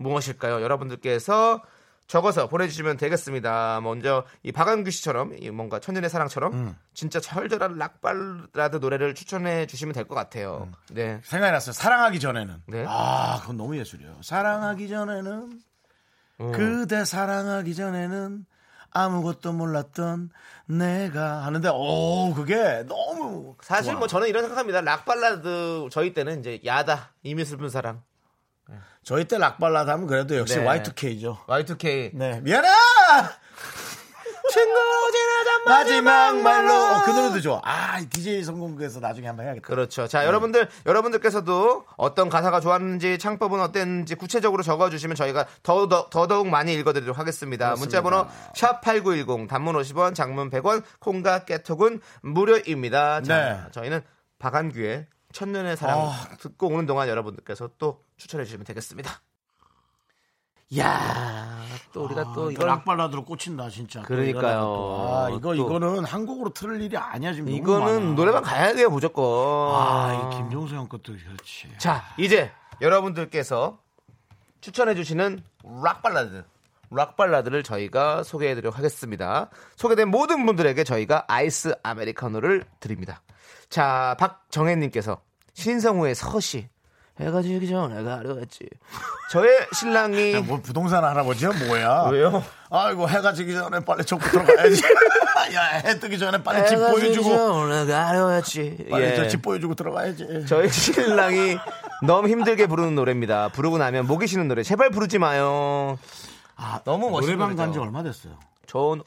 [SPEAKER 2] 무엇일까요? 여러분들께서 적어서 보내주시면 되겠습니다. 먼저 이 박완규 씨처럼 이 뭔가 천년의 사랑처럼 진짜 절절한 락 발라드 노래를 추천해 주시면 될 것 같아요. 네.
[SPEAKER 1] 생각이 났어요. 사랑하기 전에는
[SPEAKER 2] 네.
[SPEAKER 1] 아 그건 너무 예술이에요. 사랑하기 전에는 음.
[SPEAKER 2] 어.
[SPEAKER 1] 그대 사랑하기 전에는 아무것도 몰랐던 내가 하는데 오 그게 너무
[SPEAKER 2] 사실
[SPEAKER 1] 좋아.
[SPEAKER 2] 뭐 저는 이런 생각합니다. 락 발라드 저희 때는 이제 야다 이미 슬픈 사랑
[SPEAKER 1] 저희 때 락발라드 하면 그래도 역시
[SPEAKER 2] 네.
[SPEAKER 1] Y2K죠.
[SPEAKER 2] Y2K
[SPEAKER 1] 네 미안해
[SPEAKER 2] 친구지나자
[SPEAKER 1] 마지막 말로 어, 그 노래도 좋아. 아 DJ 성공에서 나중에 한번 해야겠다.
[SPEAKER 2] 그렇죠.
[SPEAKER 1] 네.
[SPEAKER 2] 자, 여러분들, 여러분들께서도 어떤 가사가 좋았는지, 창법은 어땠는지 구체적으로 적어주시면 저희가 더더, 더더욱 많이 읽어드리도록 하겠습니다. 문자번호 샵8910, 단문 50원, 장문 100원, 콩과 깨톡은 무료입니다. 자,
[SPEAKER 1] 네.
[SPEAKER 2] 저희는 박한규의 천년의 사랑
[SPEAKER 1] 아.
[SPEAKER 2] 듣고 오는 동안 여러분들께서 또 추천해주시면 되겠습니다. 이야, 또 우리가 또
[SPEAKER 1] 또
[SPEAKER 2] 아, 이걸
[SPEAKER 1] 락발라드로 아, 꽂힌다 진짜. 또
[SPEAKER 2] 그러니까요.
[SPEAKER 1] 이거는 또, 아 이거
[SPEAKER 2] 또.
[SPEAKER 1] 이거는 한국으로 틀을 일이 아니야 지금. 너무 많아.
[SPEAKER 2] 이거는 노래방 가야 돼요, 무조건.
[SPEAKER 1] 아이 김종수 형 것도 그렇지.
[SPEAKER 2] 자, 이제 여러분들께서 추천해 주시는 락 발라드, 락 발라드를 저희가 소개해드리도록 하겠습니다. 소개된 모든 분들에게 저희가 아이스 아메리카노를 드립니다. 자, 박정혜님께서 신성우의 서시 해가 지기 전에 가려했지. 저의 신랑이
[SPEAKER 1] 야, 뭐 부동산 할아버지야 뭐야?
[SPEAKER 2] 왜요?
[SPEAKER 1] 아이고 해가 지기 전에 빨리 접고 들어가야지. 야 해 뜨기 전에 빨리 집
[SPEAKER 2] 해가 지기
[SPEAKER 1] 보여주고
[SPEAKER 2] 전에 가려했지.
[SPEAKER 1] 빨리
[SPEAKER 2] 예.
[SPEAKER 1] 저집 보여주고 들어가야지.
[SPEAKER 2] 저희 신랑이 너무 힘들게 부르는 노래입니다. 부르고 나면 목이 쉬는 노래. 제발 부르지 마요. 아, 너무 멋있는
[SPEAKER 1] 노래방
[SPEAKER 2] 노래죠.
[SPEAKER 1] 간 지 얼마 됐어요?
[SPEAKER 2] 전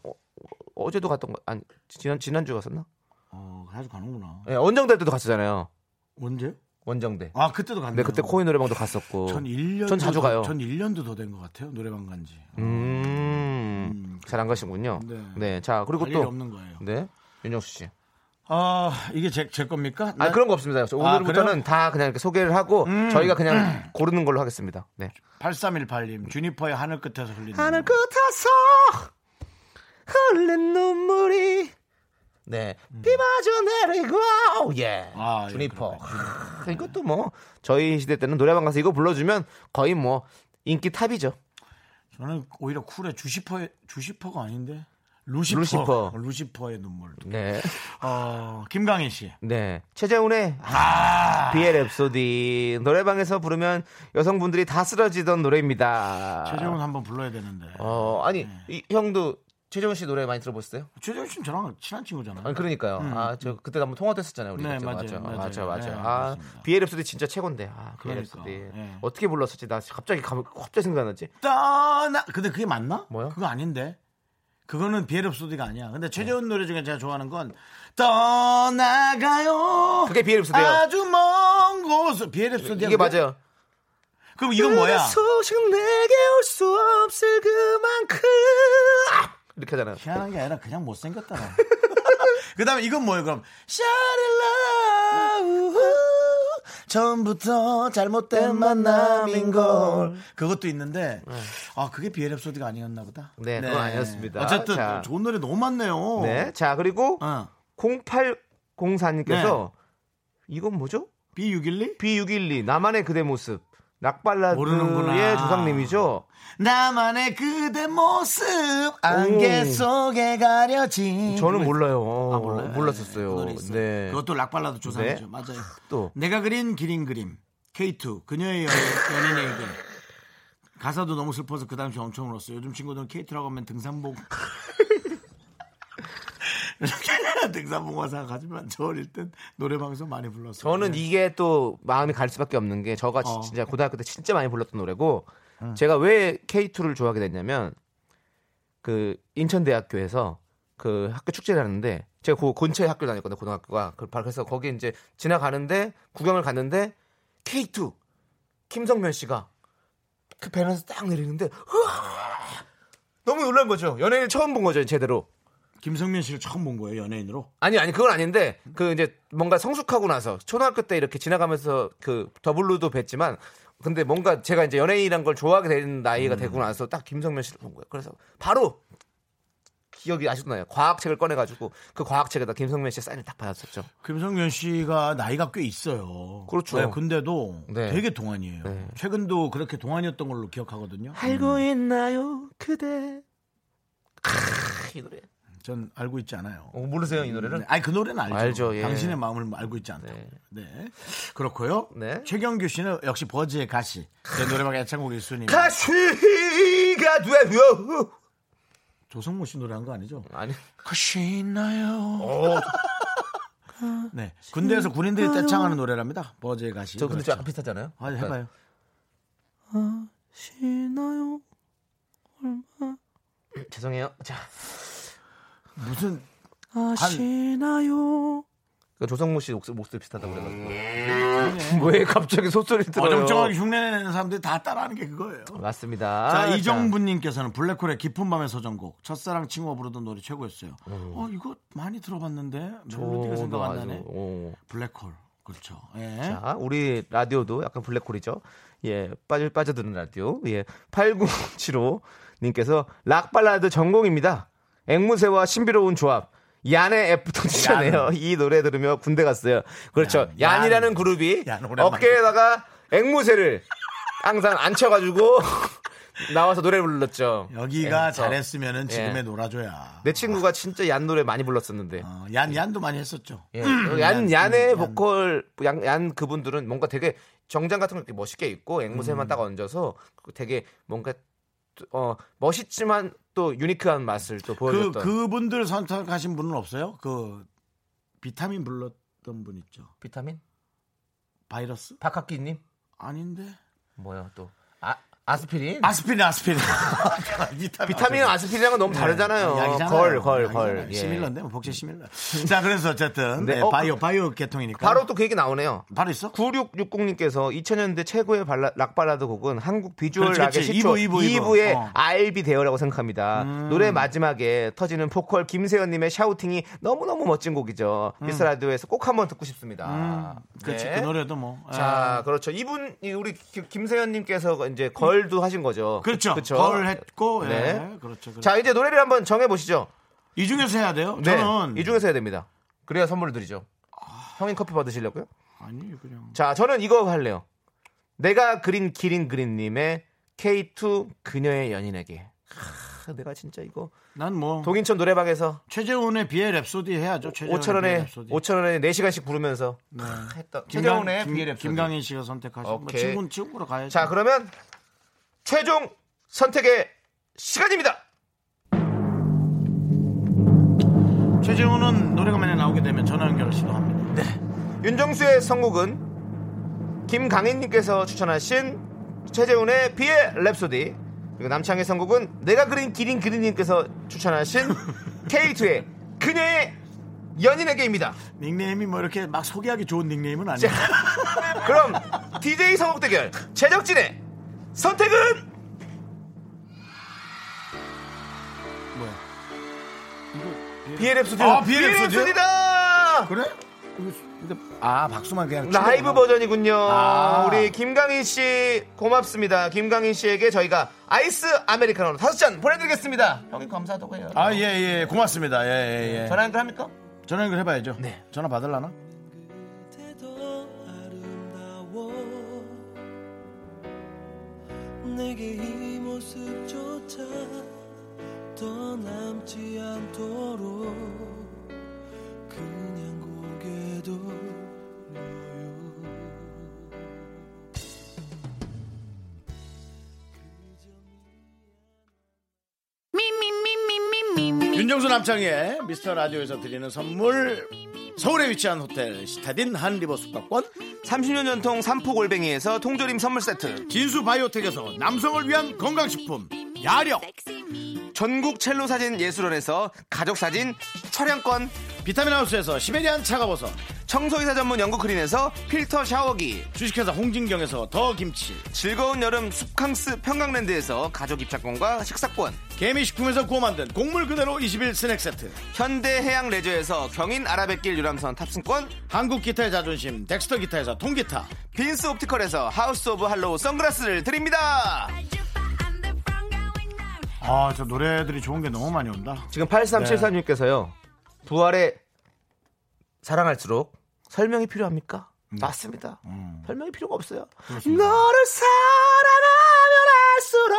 [SPEAKER 2] 어, 제도 갔던 거 아니 지난 지난주 갔었나?
[SPEAKER 1] 어, 아주 가는구나.
[SPEAKER 2] 예, 원정대 때도 갔었잖아요.
[SPEAKER 1] 언제?
[SPEAKER 2] 원정대.
[SPEAKER 1] 아 그때도 갔네.
[SPEAKER 2] 근데 그때 코인 노래방도 갔었고.
[SPEAKER 1] 전 1년
[SPEAKER 2] 전 자주 가요.
[SPEAKER 1] 전 1년도 더 된 것 같아요. 노래방 간지.
[SPEAKER 2] 음. 잘 안 가시군요.
[SPEAKER 1] 네.
[SPEAKER 2] 네. 자, 그리고
[SPEAKER 1] 할 일이
[SPEAKER 2] 또
[SPEAKER 1] 없는 거예요.
[SPEAKER 2] 네. 윤정수 씨.
[SPEAKER 1] 아 이게 제, 제 겁니까?
[SPEAKER 2] 아, 그런 거 없습니다. 저
[SPEAKER 1] 아,
[SPEAKER 2] 오늘부터는
[SPEAKER 1] 그래요? 음.
[SPEAKER 2] 다 그냥 이렇게 소개를 하고 저희가 그냥 고르는 걸로 하겠습니다. 네.
[SPEAKER 1] 8318님 주니퍼의 하늘 끝에서 흘리는
[SPEAKER 2] 하늘 끝에서 흐른 눈물이 네 비마저 내리고 예
[SPEAKER 1] 음. 아, 예,
[SPEAKER 2] 주니퍼 크, 이것도 뭐 저희 시대 때는 노래방 가서 이거 불러주면 거의 뭐 인기 탑이죠
[SPEAKER 1] 저는 오히려 쿨해 주시퍼의 주시퍼가 아닌데 루시퍼
[SPEAKER 2] 루시퍼.
[SPEAKER 1] 루시퍼의 눈물.
[SPEAKER 2] 네네 네.
[SPEAKER 1] 어 김강희 씨.
[SPEAKER 2] 최재훈의 아.
[SPEAKER 1] 아.
[SPEAKER 2] 비엘 랩소디 노래방에서 부르면 여성분들이 다 쓰러지던 노래입니다
[SPEAKER 1] 최재훈 네. 한번 불러야 되는데.
[SPEAKER 2] 어 아니 이 형도 최재훈 씨 노래 많이 들어보셨어요?
[SPEAKER 1] 최재훈 씨는 저랑 친한 친구잖아요.
[SPEAKER 2] 아니 그러니까요. 아 저 그때 한번 통화도 했었잖아요. 우리
[SPEAKER 1] 음. 네,
[SPEAKER 2] 그때.
[SPEAKER 1] 맞아요, 맞아요.
[SPEAKER 2] 맞아요, 맞아요.
[SPEAKER 1] 네,
[SPEAKER 2] 아
[SPEAKER 1] 맞습니다.
[SPEAKER 2] 비엘 랩소디 진짜 최고인데. 아 비엘
[SPEAKER 1] 그러니까,
[SPEAKER 2] 랩소디
[SPEAKER 1] 예.
[SPEAKER 2] 어떻게 불렀었지? 나 갑자기 감, 갑자기 생각났지.
[SPEAKER 1] 떠나. 근데 그게 맞나?
[SPEAKER 2] 뭐요?
[SPEAKER 1] 그거 아닌데. 그거는 비엘업소디가 아니야. 근데
[SPEAKER 2] 네.
[SPEAKER 1] 최재훈 노래 중에 제가 좋아하는 건 떠나가요.
[SPEAKER 2] 그게 비엘 랩소디예요.
[SPEAKER 1] 아주 먼 곳. 비엘업소디야.
[SPEAKER 2] 이게 맞아요.
[SPEAKER 1] 그럼 이건 뭐야?
[SPEAKER 2] 그 소식 내게 올 수 없을 그만큼 아! 이렇게 하잖아요.
[SPEAKER 1] 희한한 게 아니라 그냥 못생겼다. 그 다음에 이건 뭐예요, 그럼? 샤릴라우. 처음부터 잘못된 만남인걸. 그것도 있는데, 아, 그게 비엘랩소디가 아니었나 보다.
[SPEAKER 2] 네, 그건 아니었습니다.
[SPEAKER 1] 어쨌든,
[SPEAKER 2] 자.
[SPEAKER 1] 좋은 노래 너무 많네요.
[SPEAKER 2] 네. 자 그리고
[SPEAKER 1] 어. 네.
[SPEAKER 2] 0804님께서 이건 뭐죠?
[SPEAKER 1] B612?
[SPEAKER 2] B612 나만의 그대 모습 낙발라드의
[SPEAKER 1] 모르는구나.
[SPEAKER 2] 조상님이죠.
[SPEAKER 1] 나만의 그대 모습, 안개
[SPEAKER 2] 오.
[SPEAKER 1] 속에 가려진.
[SPEAKER 2] 저는 몰라요. 어,
[SPEAKER 1] 아. 몰라요? 그
[SPEAKER 2] 몰랐었어요.
[SPEAKER 1] 노래 있어요.
[SPEAKER 2] 네.
[SPEAKER 1] 그것도 락발라드 조상이죠.
[SPEAKER 2] 네.
[SPEAKER 1] 맞아요.
[SPEAKER 2] 또.
[SPEAKER 1] 내가 그린 기린 그림 K2 그녀의 연- 연인에게 가사도 너무 슬퍼서 그 당시 엄청 울었어요. 요즘 친구들은 K2라고 하면 등산복 이렇게 등산복만 생각하지만 저 어릴 땐 노래방에서 많이 불렀어요.
[SPEAKER 2] 저는 이게 또 마음이 갈 수밖에 없는 게 저가 지-
[SPEAKER 1] 어.
[SPEAKER 2] 진짜 고등학교 때 진짜 많이 불렀던 노래고 제가 왜 K2를 좋아하게 됐냐면 그 인천대학교에서 그 학교 축제를 하는데 제가 그 근처에 학교 다녔거든요 고등학교가 그- 그래서 거기 이제 지나가는데 구경을 갔는데 K2 김성면 씨가 그 배너에서 딱 내리는데 으아! 너무 놀란 거죠 연예인을 처음 본 거죠 제대로
[SPEAKER 1] 김성민 씨를 처음 본 거예요 연예인으로.
[SPEAKER 2] 아니 아니 그건 아닌데 그 이제 뭔가 성숙하고 나서 초등학교 때 이렇게 지나가면서 그 더블루도 뵀지만 근데 뭔가 제가 이제 연예인이란 걸 좋아하게 된
[SPEAKER 1] 음.
[SPEAKER 2] 나이가 되고 나서 딱 김성면 씨를 본 거예요. 그래서 바로 기억이 아직도 나요. 과학책을 꺼내가지고 그 과학책에다 김성면 씨의 사인을 딱 받았었죠.
[SPEAKER 1] 김성민 씨가 나이가 꽤 있어요.
[SPEAKER 2] 그렇죠.
[SPEAKER 1] 네, 근데도
[SPEAKER 2] 네.
[SPEAKER 1] 되게 동안이에요. 최근도 그렇게 동안이었던 걸로 기억하거든요.
[SPEAKER 2] 알고 있나요 그대? 크으, 이 노래.
[SPEAKER 1] 전 알고 있지 않아요.
[SPEAKER 2] 어, 모르세요 이
[SPEAKER 1] 네.
[SPEAKER 2] 노래를?
[SPEAKER 1] 아니 그 노래는 알죠.
[SPEAKER 2] 알죠, 예.
[SPEAKER 1] 당신의 마음을 알고 있지 않다. 네. 그렇고요.
[SPEAKER 2] 네.
[SPEAKER 1] 최경규 씨는 역시 버즈의 가시. 제 노래방 애창곡 1순위.
[SPEAKER 2] 가시가 되요.
[SPEAKER 1] 조성모 씨 노래한 거 아니죠?
[SPEAKER 2] 아니.
[SPEAKER 1] 가시 있나요? 네. 군대에서 군인들이 떼창하는 노래랍니다. 버즈의 가시.
[SPEAKER 2] 저 네. 근데
[SPEAKER 1] 그렇죠.
[SPEAKER 2] 좀 약간 비슷하잖아요.
[SPEAKER 1] 아, 해봐요.
[SPEAKER 2] 그러니까 죄송해요. 자,
[SPEAKER 1] 무슨 한
[SPEAKER 2] 그 조성모 씨 목소- 목소리 비슷하다고
[SPEAKER 1] 네.
[SPEAKER 2] 그래가지고 왜 갑자기 소소리 들어요?
[SPEAKER 1] 어정쩡하게 흉내내는 사람들이 다 따라하는 게 그거예요.
[SPEAKER 2] 맞습니다.
[SPEAKER 1] 자, 이정부님께서는 블랙홀의 깊은 밤의 서전곡 첫사랑 친구가 부르던 노래 최고였어요.
[SPEAKER 2] 음.
[SPEAKER 1] 어 이거 많이 들어봤는데 멜로디가 생각 안 나네. 블랙홀 그렇죠. 예.
[SPEAKER 2] 어. 자, 우리 라디오도 약간 블랙홀이죠. 예, 빠질 빠져드는 라디오. 예, 8975 님께서 락 발라드 전공입니다. 앵무새와 신비로운 조합. 얀의 애프터 지잖아요. 이 노래 들으며 군대 갔어요. 그렇죠.
[SPEAKER 1] 얀.
[SPEAKER 2] 얀, 이라는 그룹이
[SPEAKER 1] 얀 오랜만이다.
[SPEAKER 2] 어깨에다가 앵무새를 항상 앉혀가지고 나와서 노래 불렀죠.
[SPEAKER 1] 여기가
[SPEAKER 2] 예,
[SPEAKER 1] 잘했으면은
[SPEAKER 2] 예. 네.
[SPEAKER 1] 지금에 놀아줘야.
[SPEAKER 2] 내 친구가 진짜 얀 노래 많이 불렀었는데.
[SPEAKER 1] 어, 얀 얀도 많이 했었죠.
[SPEAKER 2] 예. 얀,
[SPEAKER 1] 음,
[SPEAKER 2] 얀의 보컬, 얀, 얀 그분들은 뭔가 되게 정장 같은 거 이렇게 멋있게 입고
[SPEAKER 1] 음.
[SPEAKER 2] 앵무새만 딱 얹어서 그 되게 뭔가 어, 멋있지만 또 유니크한 맛을 또
[SPEAKER 1] 그
[SPEAKER 2] 보여줬던
[SPEAKER 1] 그분들 선택하신 분은 없어요? 그 비타민 불렀던 분 있죠.
[SPEAKER 2] 비타민?
[SPEAKER 1] 바이러스?
[SPEAKER 2] 박학기님?
[SPEAKER 1] 아닌데.
[SPEAKER 2] 뭐야 또? 아, 아스피린?
[SPEAKER 1] 아스피린 아스피린. 비타민. 네.
[SPEAKER 2] 비타민은 아스피린이랑은 너무 다르잖아요.
[SPEAKER 1] 약이잖아요.
[SPEAKER 2] 걸, 걸, 걸.
[SPEAKER 1] 약이잖아요.
[SPEAKER 2] 예.
[SPEAKER 1] 시밀러인데 뭐 복제 시밀러. 자 그래서 어쨌든
[SPEAKER 2] 네,
[SPEAKER 1] 네,
[SPEAKER 2] 어,
[SPEAKER 1] 바이오 바이오 계통이니까.
[SPEAKER 2] 바로 또 그 얘기 나오네요.
[SPEAKER 1] 바로 있어?
[SPEAKER 2] 9660님께서 2000년대 최고의 발라, 락 발라드 곡은 한국 비주얼
[SPEAKER 1] 그렇죠, 그렇지,
[SPEAKER 2] 락의
[SPEAKER 1] 그렇지.
[SPEAKER 2] 시초
[SPEAKER 1] 이브, 이브, 이브.
[SPEAKER 2] 의
[SPEAKER 1] 어. 음.
[SPEAKER 2] RB 대여라고 생각합니다. 노래 마지막에 터지는 보컬 김세현님의 샤우팅이 너무너무 멋진 곡이죠. 미스 라디오에서 꼭 한번 듣고 싶습니다.
[SPEAKER 1] 음. 그렇지
[SPEAKER 2] 네.
[SPEAKER 1] 그 노래도 뭐.
[SPEAKER 2] 자, 그렇죠. 이분 이 우리 김- 김세현님께서 이제 걸도 하신 거죠.
[SPEAKER 1] 예. 그렇죠.
[SPEAKER 2] 그쵸?
[SPEAKER 1] 걸 했고. 예.
[SPEAKER 2] 네.
[SPEAKER 1] 그렇죠. 그렇죠.
[SPEAKER 2] 자, 이제 노래를 한번 정해 보시죠.
[SPEAKER 1] 이 중에서 해야 돼요?
[SPEAKER 2] 네,
[SPEAKER 1] 저는
[SPEAKER 2] 이 중에서 해야 됩니다. 그래야 선물을 드리죠. 형님 커피 받으시려고요?
[SPEAKER 1] 아니 그냥
[SPEAKER 2] 자, 저는 이거 할래요. 내가 그린 기린 그린님의 K2 그녀의 연인에게. 하, 내가 진짜 이거
[SPEAKER 1] 난뭐
[SPEAKER 2] 동인천 노래방에서
[SPEAKER 1] 최재훈의 비의 랩소디 해야죠. 최재훈의
[SPEAKER 2] 5천 원에
[SPEAKER 1] 비의 랩소디.
[SPEAKER 2] 5천 원에 4 시간씩 부르면서 하, 했던 최정훈의
[SPEAKER 1] 네. 김-
[SPEAKER 2] 비밀의 랩소디.
[SPEAKER 1] 김강인 씨가 선택하신 뭐
[SPEAKER 2] 오케이.
[SPEAKER 1] 친구 친구로 가야죠.
[SPEAKER 2] 자, 그러면 최종 선택의 시간입니다.
[SPEAKER 1] 최재훈은 노래가 만약 나오게 되면 전화 연결을 시도합니다.
[SPEAKER 2] 윤정수의 선곡은 김강인님께서 추천하신 최재훈의 비의 랩소디 그리고 남창의 선곡은 내가 그린 기린 그린님께서 추천하신 K2의 그녀의 연인에게입니다
[SPEAKER 1] 닉네임이 뭐 이렇게 막 소개하기 좋은 닉네임은 아니에요.
[SPEAKER 2] 그럼 DJ 선곡 대결 제작진의 선택은
[SPEAKER 1] 뭐야?
[SPEAKER 2] 비의 랩소디
[SPEAKER 1] 아, 비의 랩소디요?
[SPEAKER 2] 다
[SPEAKER 1] 그래? 이거 수- 근데 아 박수만 그냥
[SPEAKER 2] 라이브
[SPEAKER 1] 치고.
[SPEAKER 2] 버전이군요.
[SPEAKER 1] 아.
[SPEAKER 2] 우리 김강인 씨 고맙습니다. 김강인 씨에게 저희가 아이스 아메리카노 다섯 잔 보내드리겠습니다. 형님 감사하다고 해요.
[SPEAKER 1] 아, 예, 예. 고맙습니다. 예, 예, 예.
[SPEAKER 2] 전화 연결합니까?
[SPEAKER 1] 전화 연결 해봐야죠.
[SPEAKER 2] 네.
[SPEAKER 1] 전화 받을라나?
[SPEAKER 4] 그때도 아름다워 내게 이 모습조차 떠남지 않도록 그냥 고개돌려요
[SPEAKER 1] 윤정수 남창의 미스터 라디오에서 드리는 선물 서울에 위치한 호텔 시타딘 한 리버 숙박권
[SPEAKER 2] 30년 전통 삼포골뱅이에서 통조림 선물 세트.
[SPEAKER 1] 진수 바이오텍에서 남성을 위한 건강식품 야력
[SPEAKER 2] 전국 첼로 사진 예술원에서 가족 사진 촬영권.
[SPEAKER 1] 비타민 하우스에서 시베리안 차가버섯
[SPEAKER 2] 청소이사 전문 영국 크린에서 필터 샤워기.
[SPEAKER 1] 주식회사 홍진경에서 더 김치
[SPEAKER 2] 즐거운 여름 숲캉스 평강랜드에서 가족 입장권과 식사권.
[SPEAKER 1] 개미식품에서 구워 만든 곡물 그대로 21 스낵 세트
[SPEAKER 2] 현대해양 레저에서 경인 아라뱃길 유람선 탑승권.
[SPEAKER 1] 한국 기타의 자존심 덱스터 기타에서 통기타
[SPEAKER 2] 빈스 옵티컬에서 하우스 오브 할로우 선글라스를 드립니다.
[SPEAKER 1] 아 저 노래들이 좋은 게 너무 많이 온다 네.
[SPEAKER 2] 지금 8374님께서요. 부활의 사랑할수록 설명이 필요합니까?
[SPEAKER 1] 음.
[SPEAKER 2] 맞습니다. 설명이 필요가 없어요. 너를 사랑하면 할수록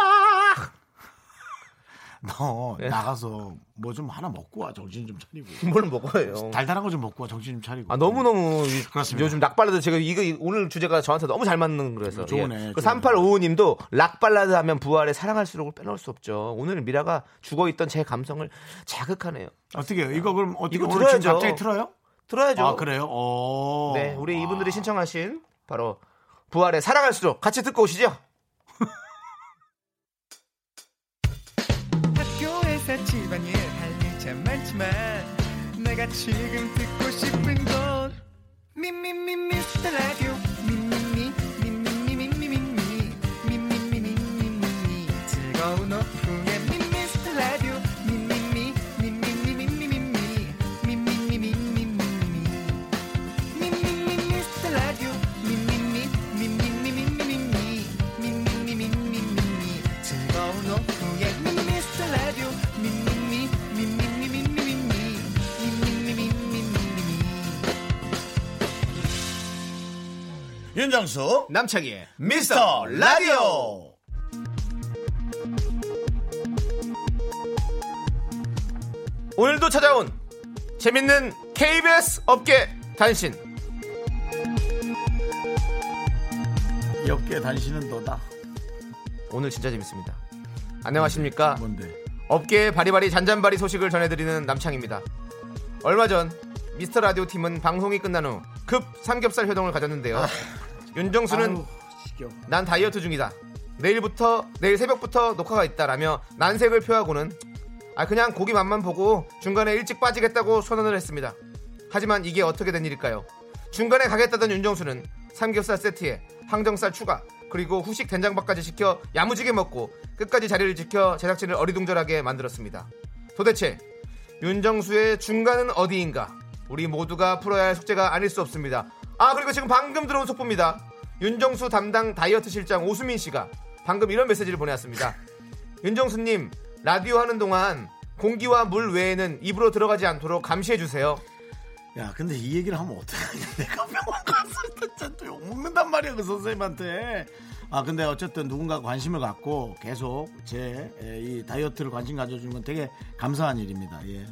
[SPEAKER 1] 너 나가서 뭐 좀 하나 먹고 와 정신 좀 차리고
[SPEAKER 2] 뭘 먹어요.
[SPEAKER 1] 달달한 거 좀 먹고 와 정신 좀 차리고
[SPEAKER 2] 아 너무 너무
[SPEAKER 1] 그렇습니다.
[SPEAKER 2] 요즘 락발라드 제가 이거 이- 오늘 주제가 저한테 너무 잘 맞는 그래서
[SPEAKER 1] 좋으네, 좋네.
[SPEAKER 2] 그 3855님도 락발라드 하면 부활의 사랑할수록을 빼놓을 수 없죠. 오늘 미라가 죽어 있던 제 감성을 자극하네요.
[SPEAKER 1] 어떻게 해요 이거 그럼 어떻게
[SPEAKER 2] 이거
[SPEAKER 1] 오늘 지금
[SPEAKER 2] 들어야죠.
[SPEAKER 1] 갑자기 틀어요?
[SPEAKER 2] 들어야죠.
[SPEAKER 1] 아 그래요? 오.
[SPEAKER 2] 네, 우리
[SPEAKER 1] 아.
[SPEAKER 2] 이분들이 신청하신 바로 부활의 사랑할수록 같이 듣고 오시죠.
[SPEAKER 5] 학교에서 집안일 할 일 참 많지만 내가 지금 듣고 싶은 건 미미미 미스터 라디오 미미미 미미미 미미미 미미미 미미미 즐거운 오후에 미스터 라디오 미미미 미미미 미미미 미미미 미미미
[SPEAKER 1] 윤정수
[SPEAKER 2] 남창희의
[SPEAKER 1] 미스터 라디오
[SPEAKER 2] 오늘도 찾아온 재밌는 KBS 업계 단신
[SPEAKER 1] 역계 단신은 너다.
[SPEAKER 2] 오늘 진짜 재밌습니다. 안녕하십니까?
[SPEAKER 1] 뭔데?
[SPEAKER 2] 업계의 바리바리 잔잔바리 소식을 전해드리는 남창입니다. 얼마 전 미스터 라디오 팀은 방송이 끝난 후 급 삼겹살 회동을 가졌는데요. 윤정수는
[SPEAKER 1] 아, 아우, 지겨워.
[SPEAKER 2] 난 다이어트 중이다. 내일부터 내일 새벽부터 녹화가 있다라며 난색을 표하고는 아 그냥 고기 맛만 보고 중간에 일찍 빠지겠다고 선언을 했습니다. 하지만 이게 어떻게 된 일일까요? 중간에 가겠다던 윤정수는 삼겹살 세트에 항정살 추가 그리고 후식 된장밥까지 시켜 야무지게 먹고 끝까지 자리를 지켜 제작진을 어리둥절하게 만들었습니다. 도대체 윤정수의 중간은 어디인가? 우리 모두가 풀어야 할 숙제가 아닐 수 없습니다. 아 그리고 지금 방금 들어온 속보입니다. 윤정수 담당 다이어트 실장 오수민 씨가 방금 이런 메시지를 보내왔습니다. 윤정수님 라디오 하는 동안 공기와 물 외에는 입으로 들어가지 않도록 감시해 주세요.
[SPEAKER 1] 야, 근데 이 얘기를 하면 어떡하냐. 내가 병원 갔을 때 진짜 또 욕먹는단 말이야, 그 선생님한테. 아, 근데 어쨌든 누군가 관심을 갖고 계속 제 예, 이 다이어트를 관심 가져주는 건 되게 감사한 일입니다. 예.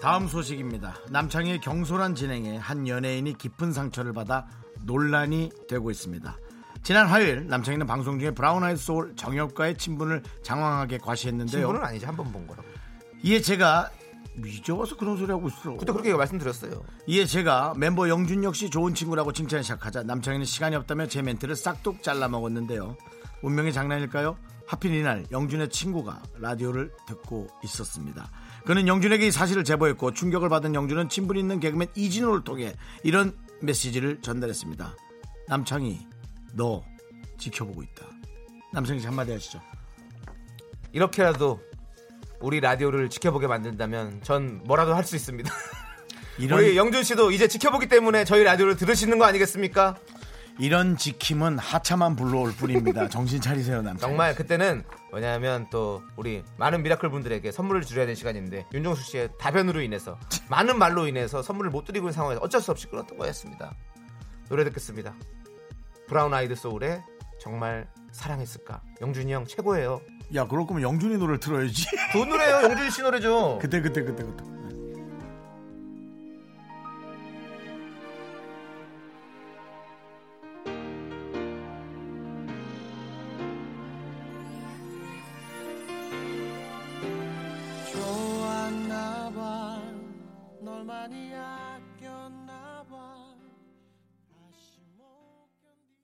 [SPEAKER 1] 다음 소식입니다. 남창의 경솔한 진행에 한 연예인이 깊은 상처를 받아 논란이 되고 있습니다. 지난 화요일 남창희는 방송 중에 브라운 아이드 소울 정혁과의 친분을 장황하게 과시했는데요.
[SPEAKER 2] 친분은 아니지 한 번 본 거라고.
[SPEAKER 1] 이에 제가 이제 와서 그런 소리 하고 있어.
[SPEAKER 2] 그때 그렇게 말씀드렸어요.
[SPEAKER 1] 이에 제가 멤버 영준 역시 좋은 친구라고 칭찬을 시작하자 남창희는 시간이 없다며 제 멘트를 싹둑 잘라 먹었는데요. 운명의 장난일까요? 하필 이날 영준의 친구가 라디오를 듣고 있었습니다. 그는 영준에게 이 사실을 제보했고 충격을 받은 영준은 친분 있는 개그맨 이진호를 통해 이런 메시지를 전달했습니다. 남창희, 너 지켜보고 있다. 남창희 씨 한마디 하시죠.
[SPEAKER 2] 이렇게라도 우리 라디오를 지켜보게 만든다면 전 뭐라도 할 수 있습니다. 우리 영준 씨도 이제 지켜보기 때문에 저희 라디오를 들으시는 거 아니겠습니까?
[SPEAKER 1] 이런 지킴은 하차만 불러올 뿐입니다. 정신 차리세요, 남자.
[SPEAKER 2] 정말 그때는 왜냐하면 또 우리 많은 미라클 분들에게 선물을 드려야 되는 시간인데 윤종수 씨의 다변으로 인해서 많은 말로 인해서 선물을 못 드리고 있는 상황에서 어쩔 수 없이 끊었던 거였습니다. 노래 듣겠습니다. 브라운 아이드 소울의 정말 사랑했을까? 영준이 형 최고예요.
[SPEAKER 1] 야, 그럴 거면 영준이 노래를 틀어야지.
[SPEAKER 2] 좋은 노래예요. 영준 씨 노래죠.
[SPEAKER 1] 그때, 그때, 그때, 그때.
[SPEAKER 4] 좋았나봐 널 많이 아꼈나봐 다시 못 견디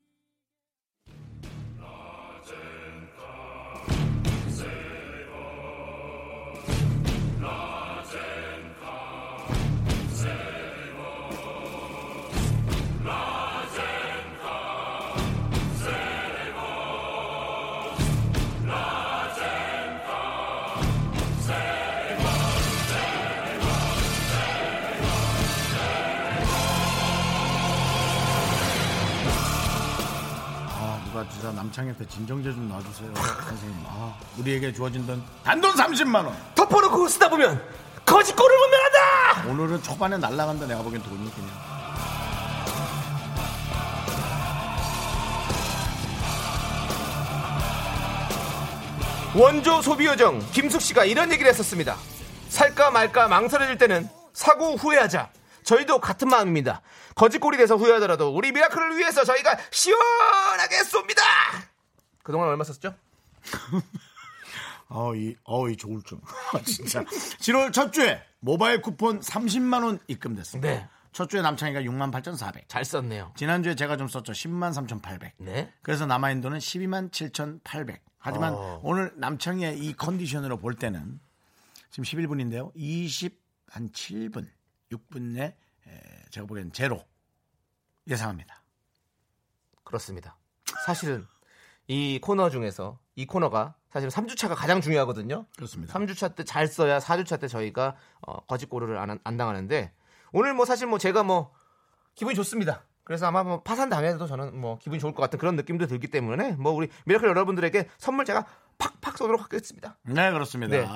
[SPEAKER 1] 아, 누가 주사 남창한테 진정제 좀 놔주세요, 선생님. 아, 우리에게 주어진 돈 단돈 30만 원.
[SPEAKER 2] 덮어놓고 쓰다 보면 거지 꼴을 보면 한다.
[SPEAKER 1] 오늘은 초반에 날라간다. 내가 보기엔 돈이 그냥.
[SPEAKER 2] 원조 소비 요정 김숙 씨가 이런 얘기를 했었습니다. 살까 말까 망설여질 때는 사고 후회하자. 저희도 같은 마음입니다. 거짓골이 돼서 후회하더라도 우리 미라클을 위해서 저희가 시원하게 쏩니다. 그동안 얼마 썼죠?
[SPEAKER 1] 아우 이, 아우 이 조울증. 아, 진짜. 7월 첫 주에 모바일 쿠폰 30만 원 입금됐습니다.
[SPEAKER 2] 네.
[SPEAKER 1] 첫 주에 남창이가 6만 8,400.
[SPEAKER 2] 잘 썼네요.
[SPEAKER 1] 지난주에 제가 좀 썼죠. 10만 3,800.
[SPEAKER 2] 네.
[SPEAKER 1] 그래서 남아있는 돈은 12만 7,800. 하지만 오늘 남창희의 이 컨디션으로 볼 때는 지금 11분인데요. 20, 한 7분, 6분에 에, 제가 보기엔 제로 예상합니다.
[SPEAKER 2] 그렇습니다. 사실은 이 코너 중에서 이 코너가 사실 3주차가 가장 중요하거든요.
[SPEAKER 1] 그렇습니다.
[SPEAKER 2] 3주차 때 잘 써야 4주차 때 저희가 어, 거짓고를 안, 한- 안 당하는데 오늘 뭐 사실 뭐 제가 뭐 기분이 좋습니다. 그래서 아마 뭐 파산 당해도 저는 뭐 기분이 좋을 것 같은 그런 느낌도 들기 때문에 뭐 우리 미라클 여러분들에게 선물 제가 팍팍 쏘도록 하겠습니다.
[SPEAKER 1] 네, 그렇습니다.
[SPEAKER 2] 네.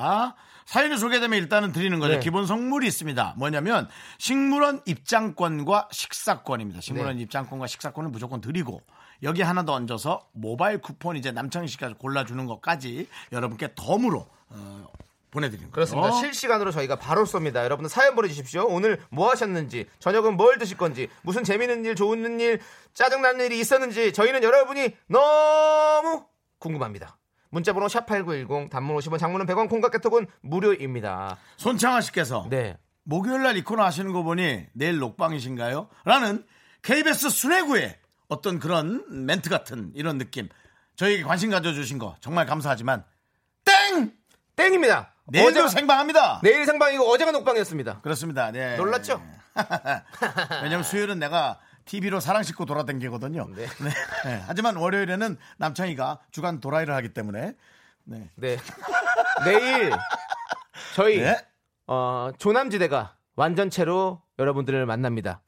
[SPEAKER 1] 사연이 소개되면 일단은 드리는 거죠.
[SPEAKER 2] 네.
[SPEAKER 1] 기본 성물이 있습니다. 뭐냐면
[SPEAKER 2] 네.
[SPEAKER 1] 식물원 입장권과 식사권입니다. 식물원 입장권과 식사권은 무조건 드리고 여기 하나 더 얹어서 모바일 쿠폰 이제 남창희 씨가 골라주는 것까지 여러분께 덤으로 어, 보내드리는 거예요.
[SPEAKER 2] 그렇습니다. 실시간으로 저희가 바로 쏩니다. 여러분들 사연 보내주십시오. 오늘 뭐 하셨는지, 저녁은 뭘 드실 건지, 무슨 재밌는 일, 좋은 일, 짜증나는 일이 있었는지 저희는 여러분이 너무 궁금합니다. 문자번호 샵8910 단문 50원 장문은 100원 콩깍개톡은 무료입니다.
[SPEAKER 1] 손창아 씨께서
[SPEAKER 2] 네.
[SPEAKER 1] 목요일 날 이코너 하시는 거 보니 내일 녹방이신가요? 라는 KBS 순회구의 어떤 그런 멘트 같은 이런 느낌. 저희에게 관심 가져주신 거 정말 감사하지만 땡!
[SPEAKER 2] 땡입니다.
[SPEAKER 1] 내일도
[SPEAKER 2] 어제가-
[SPEAKER 1] 생방합니다.
[SPEAKER 2] 내일 생방이고 어제가 녹방이었습니다.
[SPEAKER 1] 그렇습니다. 네.
[SPEAKER 2] 놀랐죠?
[SPEAKER 1] 왜냐면 수요일은 내가 TV로 사랑 싣고 돌아다니거든요.
[SPEAKER 2] 네.
[SPEAKER 1] 네. 하지만 월요일에는 남창희가 주간 도라이를 하기 때문에 네.
[SPEAKER 2] 네. 내일 저희
[SPEAKER 1] 네.
[SPEAKER 2] 어, 조남지대가 완전체로 여러분들을 만납니다.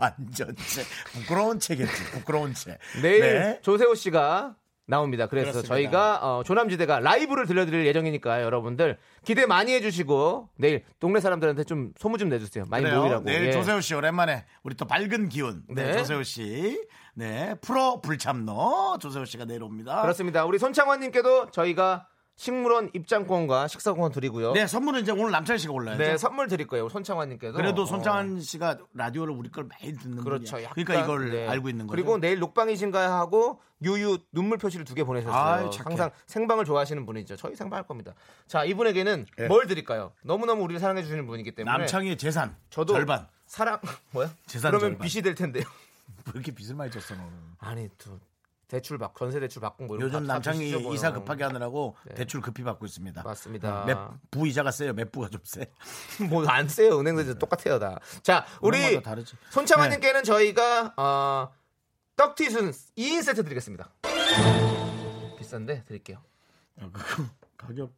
[SPEAKER 1] 완전 채 부끄러운 채겠지. 부끄러운 채.
[SPEAKER 2] 내일
[SPEAKER 1] 네.
[SPEAKER 2] 조세호 씨가 나옵니다. 그래서
[SPEAKER 1] 그렇습니다.
[SPEAKER 2] 저희가 어, 조남지대가 라이브를 들려드릴 예정이니까 여러분들 기대 많이 해주시고 내일 동네 사람들한테 좀 소문 좀 내주세요. 많이
[SPEAKER 1] 그래요.
[SPEAKER 2] 모이라고.
[SPEAKER 1] 내일
[SPEAKER 2] 예.
[SPEAKER 1] 조세호 씨 오랜만에 우리 또 밝은 기운. 네.
[SPEAKER 2] 네.
[SPEAKER 1] 조세호 씨. 네. 프로 불참노 조세호 씨가 내일 옵니다.
[SPEAKER 2] 그렇습니다. 우리 손창환님께도 저희가 식물원 입장권과 식사권 드리고요.
[SPEAKER 1] 네, 선물은 이제 오늘 남창희 씨가 올라요.
[SPEAKER 2] 네, 선물 드릴 거예요. 손창환님께도.
[SPEAKER 1] 그래도
[SPEAKER 2] 어,
[SPEAKER 1] 손창한 씨가 라디오를 우리 걸 많이 듣는
[SPEAKER 2] 그렇죠.
[SPEAKER 1] 분이야.
[SPEAKER 2] 약간,
[SPEAKER 1] 그러니까 이걸
[SPEAKER 2] 네.
[SPEAKER 1] 알고 있는 거죠.
[SPEAKER 2] 그리고 내일 녹방이신가 하고 유유 눈물 표시를 두 개 보내셨어요.
[SPEAKER 1] 아유, 착해.
[SPEAKER 2] 항상 생방을 좋아하시는 분이죠. 저희 생방 할 겁니다. 자 이분에게는 뭘 드릴까요? 너무너무 우리를 사랑해 주시는 분이기 때문에
[SPEAKER 1] 예. 남창희의 재산
[SPEAKER 2] 저도
[SPEAKER 1] 절반
[SPEAKER 2] 사랑 뭐야?
[SPEAKER 1] 재산
[SPEAKER 2] 그러면
[SPEAKER 1] 절반.
[SPEAKER 2] 빚이 될 텐데요.
[SPEAKER 1] 왜 이렇게 빚을 많이 졌어 너는
[SPEAKER 2] 아니 또 대출 받 전세 대출 받고 뭐 이런
[SPEAKER 1] 요즘
[SPEAKER 2] 거다
[SPEAKER 1] 남창희
[SPEAKER 2] 빚이죠, 뭐.
[SPEAKER 1] 이사 급하게 하느라고 대출 급히 받고 있습니다
[SPEAKER 2] 맞습니다.
[SPEAKER 1] 맵부 이자가 세요 맵부가 좀세
[SPEAKER 2] 뭐안 세요 은행 대출 똑같아요 다. 자 우리
[SPEAKER 1] 은행마다 다르지.
[SPEAKER 2] 손창환님께는 저희가 어, 떡튀순 2인 세트 드리겠습니다. 비싼데 드릴게요.
[SPEAKER 1] 네. 가격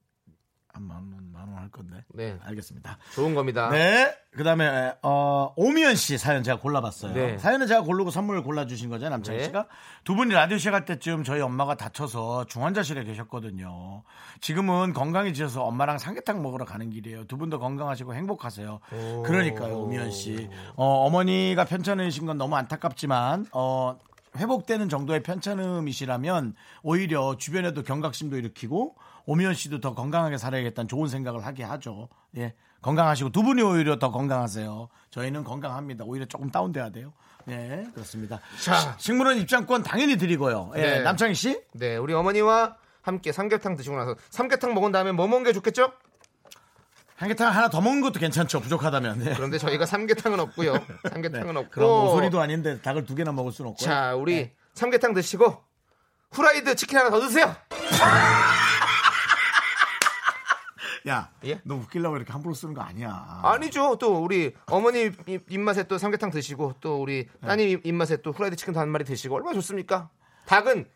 [SPEAKER 1] 한만원 만 원 할 건데
[SPEAKER 2] 네.
[SPEAKER 1] 알겠습니다
[SPEAKER 2] 좋은 겁니다.
[SPEAKER 1] 네 그다음에 어, 오미연 씨 사연 제가 골라봤어요
[SPEAKER 2] 네.
[SPEAKER 1] 사연은 제가 고르고 선물을 골라주신 거잖아요 남창희
[SPEAKER 2] 네.
[SPEAKER 1] 씨가 두 분이 라디오 시작할 때쯤 저희 엄마가 다쳐서 중환자실에 계셨거든요 지금은 건강해지셔서 엄마랑 삼계탕 먹으러 가는 길이에요 두 분도 건강하시고 행복하세요 그러니까요 오미연 씨 어, 머니가 편찮으신 건 너무 안타깝지만 어, 회복되는 정도의 편찮음이시라면 오히려 주변에도 경각심도 일으키고 오미연 씨도 더 건강하게 살아야겠다는 좋은 생각을 하게 하죠. 예. 건강하시고 두 분이 오히려 더 건강하세요. 저희는 건강합니다. 오히려 조금 다운돼야 돼요. 예, 그렇습니다.
[SPEAKER 2] 자.
[SPEAKER 1] 식물원 입장권 당연히 드리고요. 예,
[SPEAKER 2] 네.
[SPEAKER 1] 남창희 씨
[SPEAKER 2] 네, 우리 어머니와 함께 삼계탕 드시고 나서 삼계탕 먹은 다음에 뭐 먹는 게 좋겠죠?
[SPEAKER 1] 한계탕 하나 더 먹는 것도 괜찮죠. 부족하다면. 예.
[SPEAKER 2] 그런데 저희가 삼계탕은 없고요. 삼계탕은 없고.
[SPEAKER 1] 그런 뭐 소리도 네. 아닌데 닭을 두 개나 먹을 수는 없고.
[SPEAKER 2] 자, 우리 삼계탕 드시고 후라이드 치킨 하나 더 드세요.
[SPEAKER 1] 야,
[SPEAKER 2] 예?
[SPEAKER 1] 너 웃기려고 이렇게 함부로 쓰는 거 아니야.
[SPEAKER 2] 아니죠. 또 우리 어머니 입- 입맛에 또 삼계탕 드시고 또 우리
[SPEAKER 1] 네.
[SPEAKER 2] 따님 입- 입맛에 또 후라이드 치킨 한 마리 드시고 얼마나 좋습니까? 닭은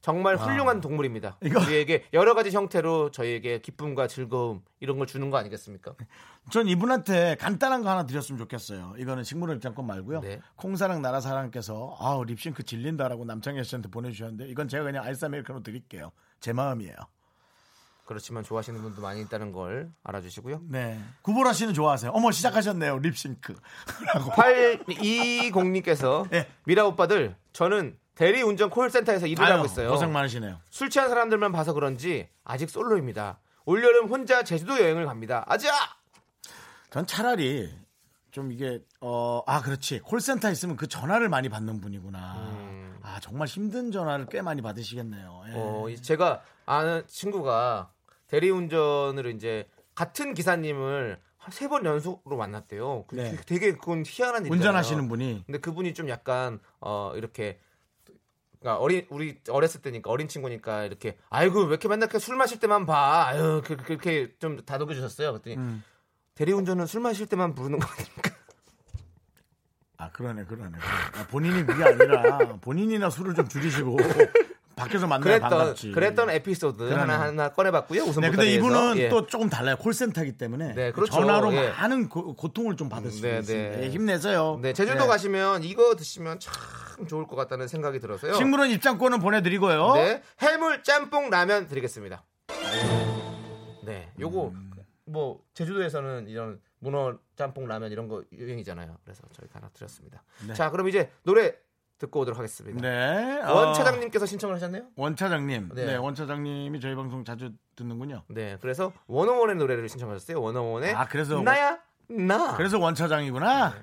[SPEAKER 2] 정말 훌륭한 동물입니다.
[SPEAKER 1] 아. 이거-
[SPEAKER 2] 우리에게 여러 가지 형태로 저희에게 기쁨과 즐거움 이런 걸 주는 거 아니겠습니까?
[SPEAKER 1] 네. 전 이분한테 간단한 거 하나 드렸으면 좋겠어요. 이거는 식물원 입장권 말고요.
[SPEAKER 2] 네.
[SPEAKER 1] 콩사랑 나라사랑께서 아 립싱크 질린다라고 남창희 씨한테 보내주셨는데 이건 제가 그냥 아이스 아메리카노 드릴게요. 제 마음이에요.
[SPEAKER 2] 그렇지만 좋아하시는 분도 많이 있다는 걸 알아주시고요.
[SPEAKER 1] 네. 구보라 씨는 좋아하세요. 어머 시작하셨네요. 립싱크라고.
[SPEAKER 2] 820님께서
[SPEAKER 1] 예.
[SPEAKER 2] 미라 오빠들 저는 대리운전 콜센터에서 일을
[SPEAKER 1] 아유,
[SPEAKER 2] 하고 있어요.
[SPEAKER 1] 고생 많으시네요.
[SPEAKER 2] 술 취한 사람들만 봐서 그런지 아직 솔로입니다. 올여름 혼자 제주도 여행을 갑니다. 아자!
[SPEAKER 1] 전 차라리 좀 이게 어아 그렇지 콜센터 있으면 그 전화를 많이 받는 분이구나. 아 정말 힘든 전화를 꽤 많이 받으시겠네요. 예.
[SPEAKER 2] 음. 어, 이- 제가 아는 친구가 대리운전으로 이제 같은 기사님을 세 번 연속으로 만났대요. 그-
[SPEAKER 1] 네.
[SPEAKER 2] 되게 그건 희한한 일이잖아요.
[SPEAKER 1] 운전하시는 분이
[SPEAKER 2] 근데 그분이 좀 약간 어 이렇게 그러니까 어린 우리 어렸을 때니까 어린 친구니까 이렇게 아이고 왜 이렇게 맨날 이렇게 술 마실 때만 봐 아유 그, 그렇게 좀 다독여 주셨어요 그랬더니
[SPEAKER 1] 음.
[SPEAKER 2] 대리운전은 술 마실 때만 부르는
[SPEAKER 1] 네,
[SPEAKER 2] 거니까
[SPEAKER 1] 아 그러네 그러네. 아, 본인이 그게 아니라 본인이나 술을 좀 줄이시고 밖에서 만나야
[SPEAKER 2] 그랬던
[SPEAKER 1] 반갑지.
[SPEAKER 2] 그랬던 에피소드 하나 하나 꺼내봤고요 예. 우선
[SPEAKER 1] 네, 근데 이분은 또 조금 달라요. 콜센터기 때문에
[SPEAKER 2] 네, 그렇죠.
[SPEAKER 1] 전화로
[SPEAKER 2] 예.
[SPEAKER 1] 많은 고, 통을좀 받을 수
[SPEAKER 2] 네,
[SPEAKER 1] 있습니다.
[SPEAKER 2] 네.
[SPEAKER 1] 예, 힘내세요.
[SPEAKER 2] 네, 제주도
[SPEAKER 1] 네.
[SPEAKER 2] 가시면 이거 드시면 참 좋을 것 같다는 생각이 들어서요
[SPEAKER 1] 식물원 어? 입장권은 보내드리고요.
[SPEAKER 2] 네, 해물 짬뽕 라면 드리겠습니다. 네, 요거
[SPEAKER 1] 음.
[SPEAKER 2] 뭐 제주도에서는 이런 문어 짬뽕 라면 이런 거 유행이잖아요. 그래서 저희가 하나 드렸습니다. 자, 그럼 이제 노래 듣고 오도록 하겠습니다.
[SPEAKER 1] 네. 어,
[SPEAKER 2] 원 차장님께서 신청을 하셨네요.
[SPEAKER 1] 원 차장님. 네.
[SPEAKER 2] 네.
[SPEAKER 1] 원 차장님이 저희 방송 자주 듣는군요.
[SPEAKER 2] 네, 그래서 원어원의 노래를 신청하셨어요. 원어원의
[SPEAKER 1] 아, 그래서 원-
[SPEAKER 2] 나야 나.
[SPEAKER 1] 그래서 원 차장이구나.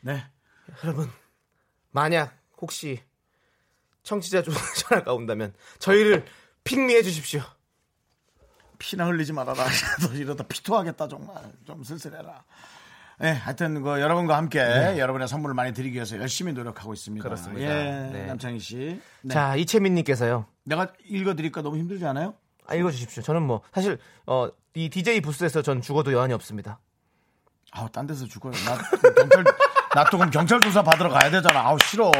[SPEAKER 1] 네.
[SPEAKER 2] 여러분 만약 혹시 청취자 조- 전화가 온다면 저희를 핑미해 주십시오.
[SPEAKER 1] 피나 흘리지 말아라. 너 이러다 피토하겠다 정말. 좀 쓸쓸해라. 예, 하여튼 그 여러분과 함께 여러분의 선물을 많이 드리기 위해서 열심히 노력하고 있습니다.
[SPEAKER 2] 네. 그렇습니다.
[SPEAKER 1] 예,
[SPEAKER 2] 네.
[SPEAKER 1] 남창희 씨. 네.
[SPEAKER 2] 자 이채민님께서요.
[SPEAKER 1] 내가 읽어드릴까 너무 힘들지 않아요?
[SPEAKER 2] 아, 읽어주십시오. 저는 뭐 사실 어, 이 DJ 부스에서 전 죽어도 여한이 없습니다.
[SPEAKER 1] 아우 딴 데서 죽어요. 나그 경찰 나 또 그럼 경찰 조사 받으러 가야 되잖아. 아우 싫어.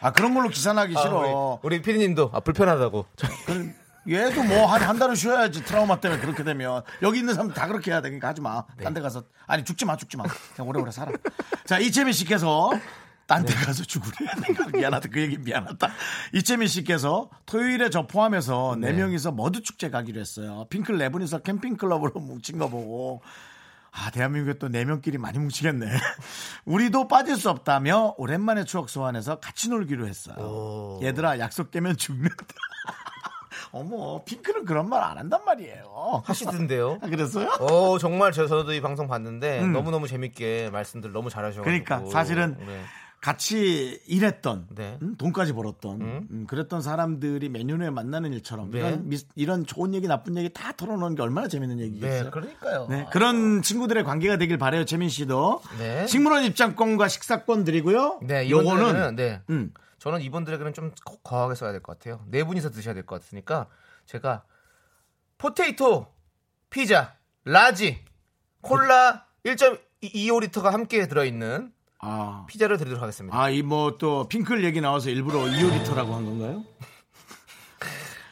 [SPEAKER 1] 아 그런 걸로 기사 나기 싫어.
[SPEAKER 2] 우리, 우리 피디님도 아, 불편하다고. 저-
[SPEAKER 1] 그럼 얘도 뭐 한 한 달은 쉬어야지 트라우마 때문에 그렇게 되면 여기 있는 사람 다 그렇게 해야 되니까 하지 마. 딴 데 가서 아니 죽지 마 죽지 마. 그냥 오래오래 살아. 자 이채민 씨께서 딴 데 가서 죽으래. 내가 미안하다 그 얘기 미안하다. 이채민 씨께서 토요일에 저 포함해서 네 명이서 머드 축제 가기로 했어요. 핑클 네 분이서 캠핑 클럽으로 뭉친 거 보고 아, 대한민국에 또 네명끼리 많이 뭉치겠네. 우리도 빠질 수 없다며 오랜만에 추억 소환해서 같이 놀기로 했어요. 얘들아, 약속 깨면 죽는다. 어머, 핑크는 그런 말 안 한단 말이에요.
[SPEAKER 2] 하시던데요.
[SPEAKER 1] 아, 그랬어요?
[SPEAKER 2] 어 정말 저, 저도 이 방송 봤는데 너무너무 재밌게 말씀들 너무 잘하셔가지고
[SPEAKER 1] 그러니까 사실은
[SPEAKER 2] 네.
[SPEAKER 1] 같이 일했던,
[SPEAKER 2] 네.
[SPEAKER 1] 음, 돈까지 벌었던, 음, 그랬던 사람들이 매년에 만나는 일처럼
[SPEAKER 2] 네.
[SPEAKER 1] 이런, 미- 이런 좋은 얘기, 나쁜 얘기 다 털어놓는 게 얼마나 재밌는 얘기겠어요.
[SPEAKER 2] 네, 그러니까요.
[SPEAKER 1] 네, 그런 친구들의 관계가 되길 바래요, 재민 씨도.
[SPEAKER 2] 네.
[SPEAKER 1] 식물원 입장권과 식사권 드리고요.
[SPEAKER 2] 네,
[SPEAKER 1] 요거는
[SPEAKER 2] 요거는 네.
[SPEAKER 1] 음.
[SPEAKER 2] 저는 이분들에게는 좀 거- 거하게 써야 될 것 같아요. 네 분이서 드셔야 될 것 같으니까 제가 포테이토 피자 라지 콜라 1.25리터가 함께 들어있는
[SPEAKER 1] 아,
[SPEAKER 2] 피자를 드리도록 하겠습니다.
[SPEAKER 1] 아, 이 뭐 또 핑클 얘기 나와서 일부러 2호리터라고 한 건가요?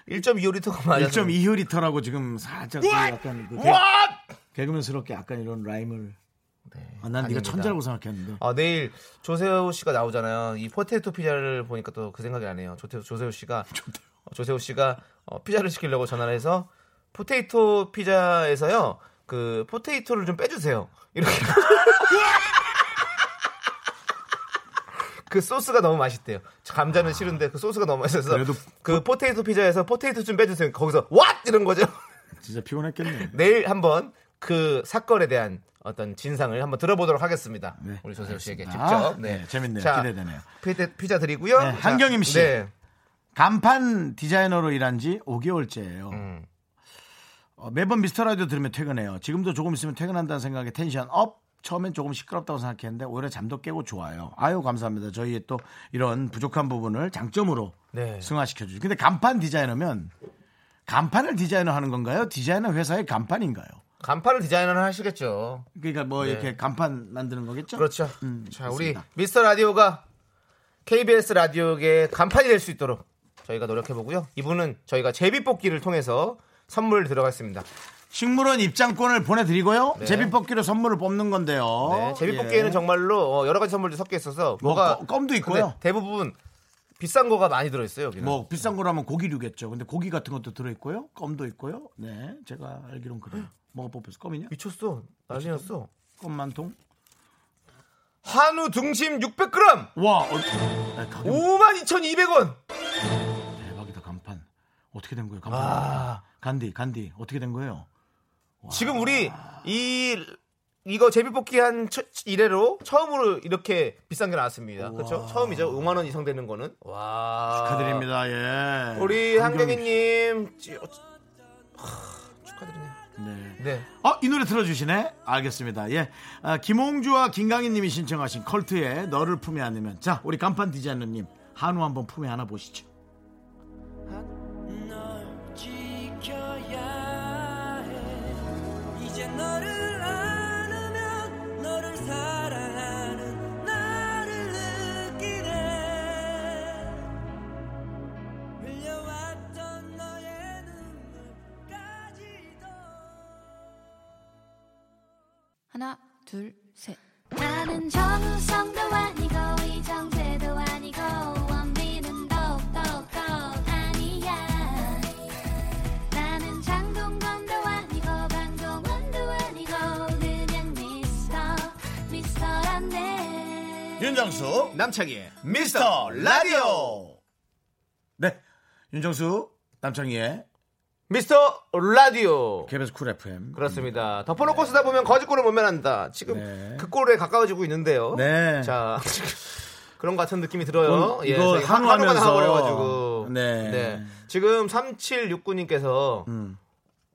[SPEAKER 2] 1.25리터가 맞아요.
[SPEAKER 1] 1.2호리터라고 지금 살짝 그 약간 그 개, 개그맨스럽게 약간 이런 라임을. 아, 난 네가
[SPEAKER 2] 아닙니다.
[SPEAKER 1] 천재라고 생각했는데.
[SPEAKER 2] 아, 내일 조세호 씨가 나오잖아요. 이 포테이토 피자를 보니까 또 그 생각이 나네요. 조태, 조세호 씨가 어, 조세호 씨가 어, 피자를 시키려고 전화를 해서 포테이토 피자에서요. 그 포테이토를 좀 빼주세요. 이렇게 그 소스가 너무 맛있대요. 감자는 싫은데 그 소스가 너무 맛있어서
[SPEAKER 1] 그래도
[SPEAKER 2] 그 포테이토 피자에서 포테이토 좀 빼주세요. 거기서 왓 이런 거죠. 아,
[SPEAKER 1] 진짜 피곤했겠네.
[SPEAKER 2] 내일 한번 그 사건에 대한 어떤 진상을 한번 들어보도록 하겠습니다.
[SPEAKER 1] 네,
[SPEAKER 2] 우리 조세호 씨에게
[SPEAKER 1] 알겠습니다.
[SPEAKER 2] 직접.
[SPEAKER 1] 네, 재밌네요. 기대되네요.
[SPEAKER 2] 피자, 피자 드리고요.
[SPEAKER 1] 네,
[SPEAKER 2] 자,
[SPEAKER 1] 한경임 씨.
[SPEAKER 2] 네.
[SPEAKER 1] 간판 디자이너로 일한 지 5개월째예요.
[SPEAKER 2] 음.
[SPEAKER 1] 어, 매번 미스터 라디오 들으면 퇴근해요. 지금도 조금 있으면 퇴근한다는 생각에 텐션 업. 처음엔 조금 시끄럽다고 생각했는데 오히려 잠도 깨고 좋아요. 아유 감사합니다. 저희의 또 이런 부족한 부분을 장점으로
[SPEAKER 2] 네.
[SPEAKER 1] 승화시켜 주죠. 근데 간판 디자이너면 간판을 디자이너 하는 건가요? 디자이너 회사의 간판인가요?
[SPEAKER 2] 간판을 디자인을 하시겠죠.
[SPEAKER 1] 그러니까 뭐 이렇게 간판 만드는 거겠죠?
[SPEAKER 2] 네. 그렇죠.
[SPEAKER 1] 음,
[SPEAKER 2] 자,
[SPEAKER 1] 그렇습니다.
[SPEAKER 2] 우리 미스터 라디오가 KBS 라디오의 간판이 될 수 있도록 저희가 노력해 보고요. 이분은 저희가 제비 뽑기를 통해서 선물 들어갔습니다.
[SPEAKER 1] 식물원 입장권을 보내드리고요.
[SPEAKER 2] 네.
[SPEAKER 1] 제비뽑기로 선물을 뽑는 건데요.
[SPEAKER 2] 네, 제비 뽑기에는
[SPEAKER 1] 예.
[SPEAKER 2] 정말로 어, 여러 가지 선물도 섞여 있어서
[SPEAKER 1] 뭐
[SPEAKER 2] 뭐가
[SPEAKER 1] 껌- 껌도 있고요.
[SPEAKER 2] 근데 대부분 비싼 거가 많이 들어 있어요. 여기는.
[SPEAKER 1] 뭐 비싼 거라면 고기류겠죠. 근데 고기 같은 것도 들어 있고요. 껌도 있고요. 네, 제가 알기론 그래요. 뭐가 뽑혔어? 껌이냐?
[SPEAKER 2] 미쳤어. 난리났어.
[SPEAKER 1] 껌만 통?
[SPEAKER 2] 한우 등심 600g
[SPEAKER 1] 와, 어, 야, 가격
[SPEAKER 2] 52,200원.
[SPEAKER 1] 대박이다 간판. 어떻게 된 거예요? 간판.
[SPEAKER 2] 아.
[SPEAKER 1] 간디, 간디 어떻게 된 거예요?
[SPEAKER 2] 지금 우리 이 이거 제비뽑기 한 처- 이래로 처음으로 이렇게 비싼 게 나왔습니다. 그렇죠? 처음이죠. 5만 원 이상 되는 거는. 와.
[SPEAKER 1] 축하드립니다. 예.
[SPEAKER 2] 우리
[SPEAKER 1] 한경희 씨.
[SPEAKER 2] 한경희님 찌- 어, 찌- 하, 축하드리네요.
[SPEAKER 1] 네.
[SPEAKER 2] 네.
[SPEAKER 1] 어, 이 노래 틀어주시네? 알겠습니다. 예. 아, 김홍주와 김강희 님이 신청하신 컬트의 너를 품에 안으면. 자, 우리 간판 디자이너님, 한우 한번 품에 안아 보시죠.
[SPEAKER 4] 널 지켜야 해 이제 너를 안으면 너를 사랑하는 나를 느끼네 흘려왔던 너의 눈물까지도
[SPEAKER 6] 하나, 둘, 셋.
[SPEAKER 3] 나는 정우성도 아니고 이정재도 아니고 원빈은 더욱더 아니야 나는 장동건도 아니고 방종원도 아니고 그냥 미스터 미스터란데
[SPEAKER 1] 윤정수 남창희의 미스터 라디오 네 윤정수 남창희의
[SPEAKER 2] 미스터 라디오.
[SPEAKER 1] KBS 쿨 FM
[SPEAKER 2] 그렇습니다. 덮어놓고 쓰다 보면 거짓골을 못 면한다. 지금
[SPEAKER 1] 네.
[SPEAKER 2] 그 골에 가까워지고 있는데요.
[SPEAKER 1] 네.
[SPEAKER 2] 자 그런 것 같은 느낌이 들어요. 예,
[SPEAKER 1] 이건 이거
[SPEAKER 2] 하- 하루가
[SPEAKER 1] 한화하면서-
[SPEAKER 2] 나가버려가지고.
[SPEAKER 1] 네.
[SPEAKER 2] 지금 3769님께서
[SPEAKER 1] 음.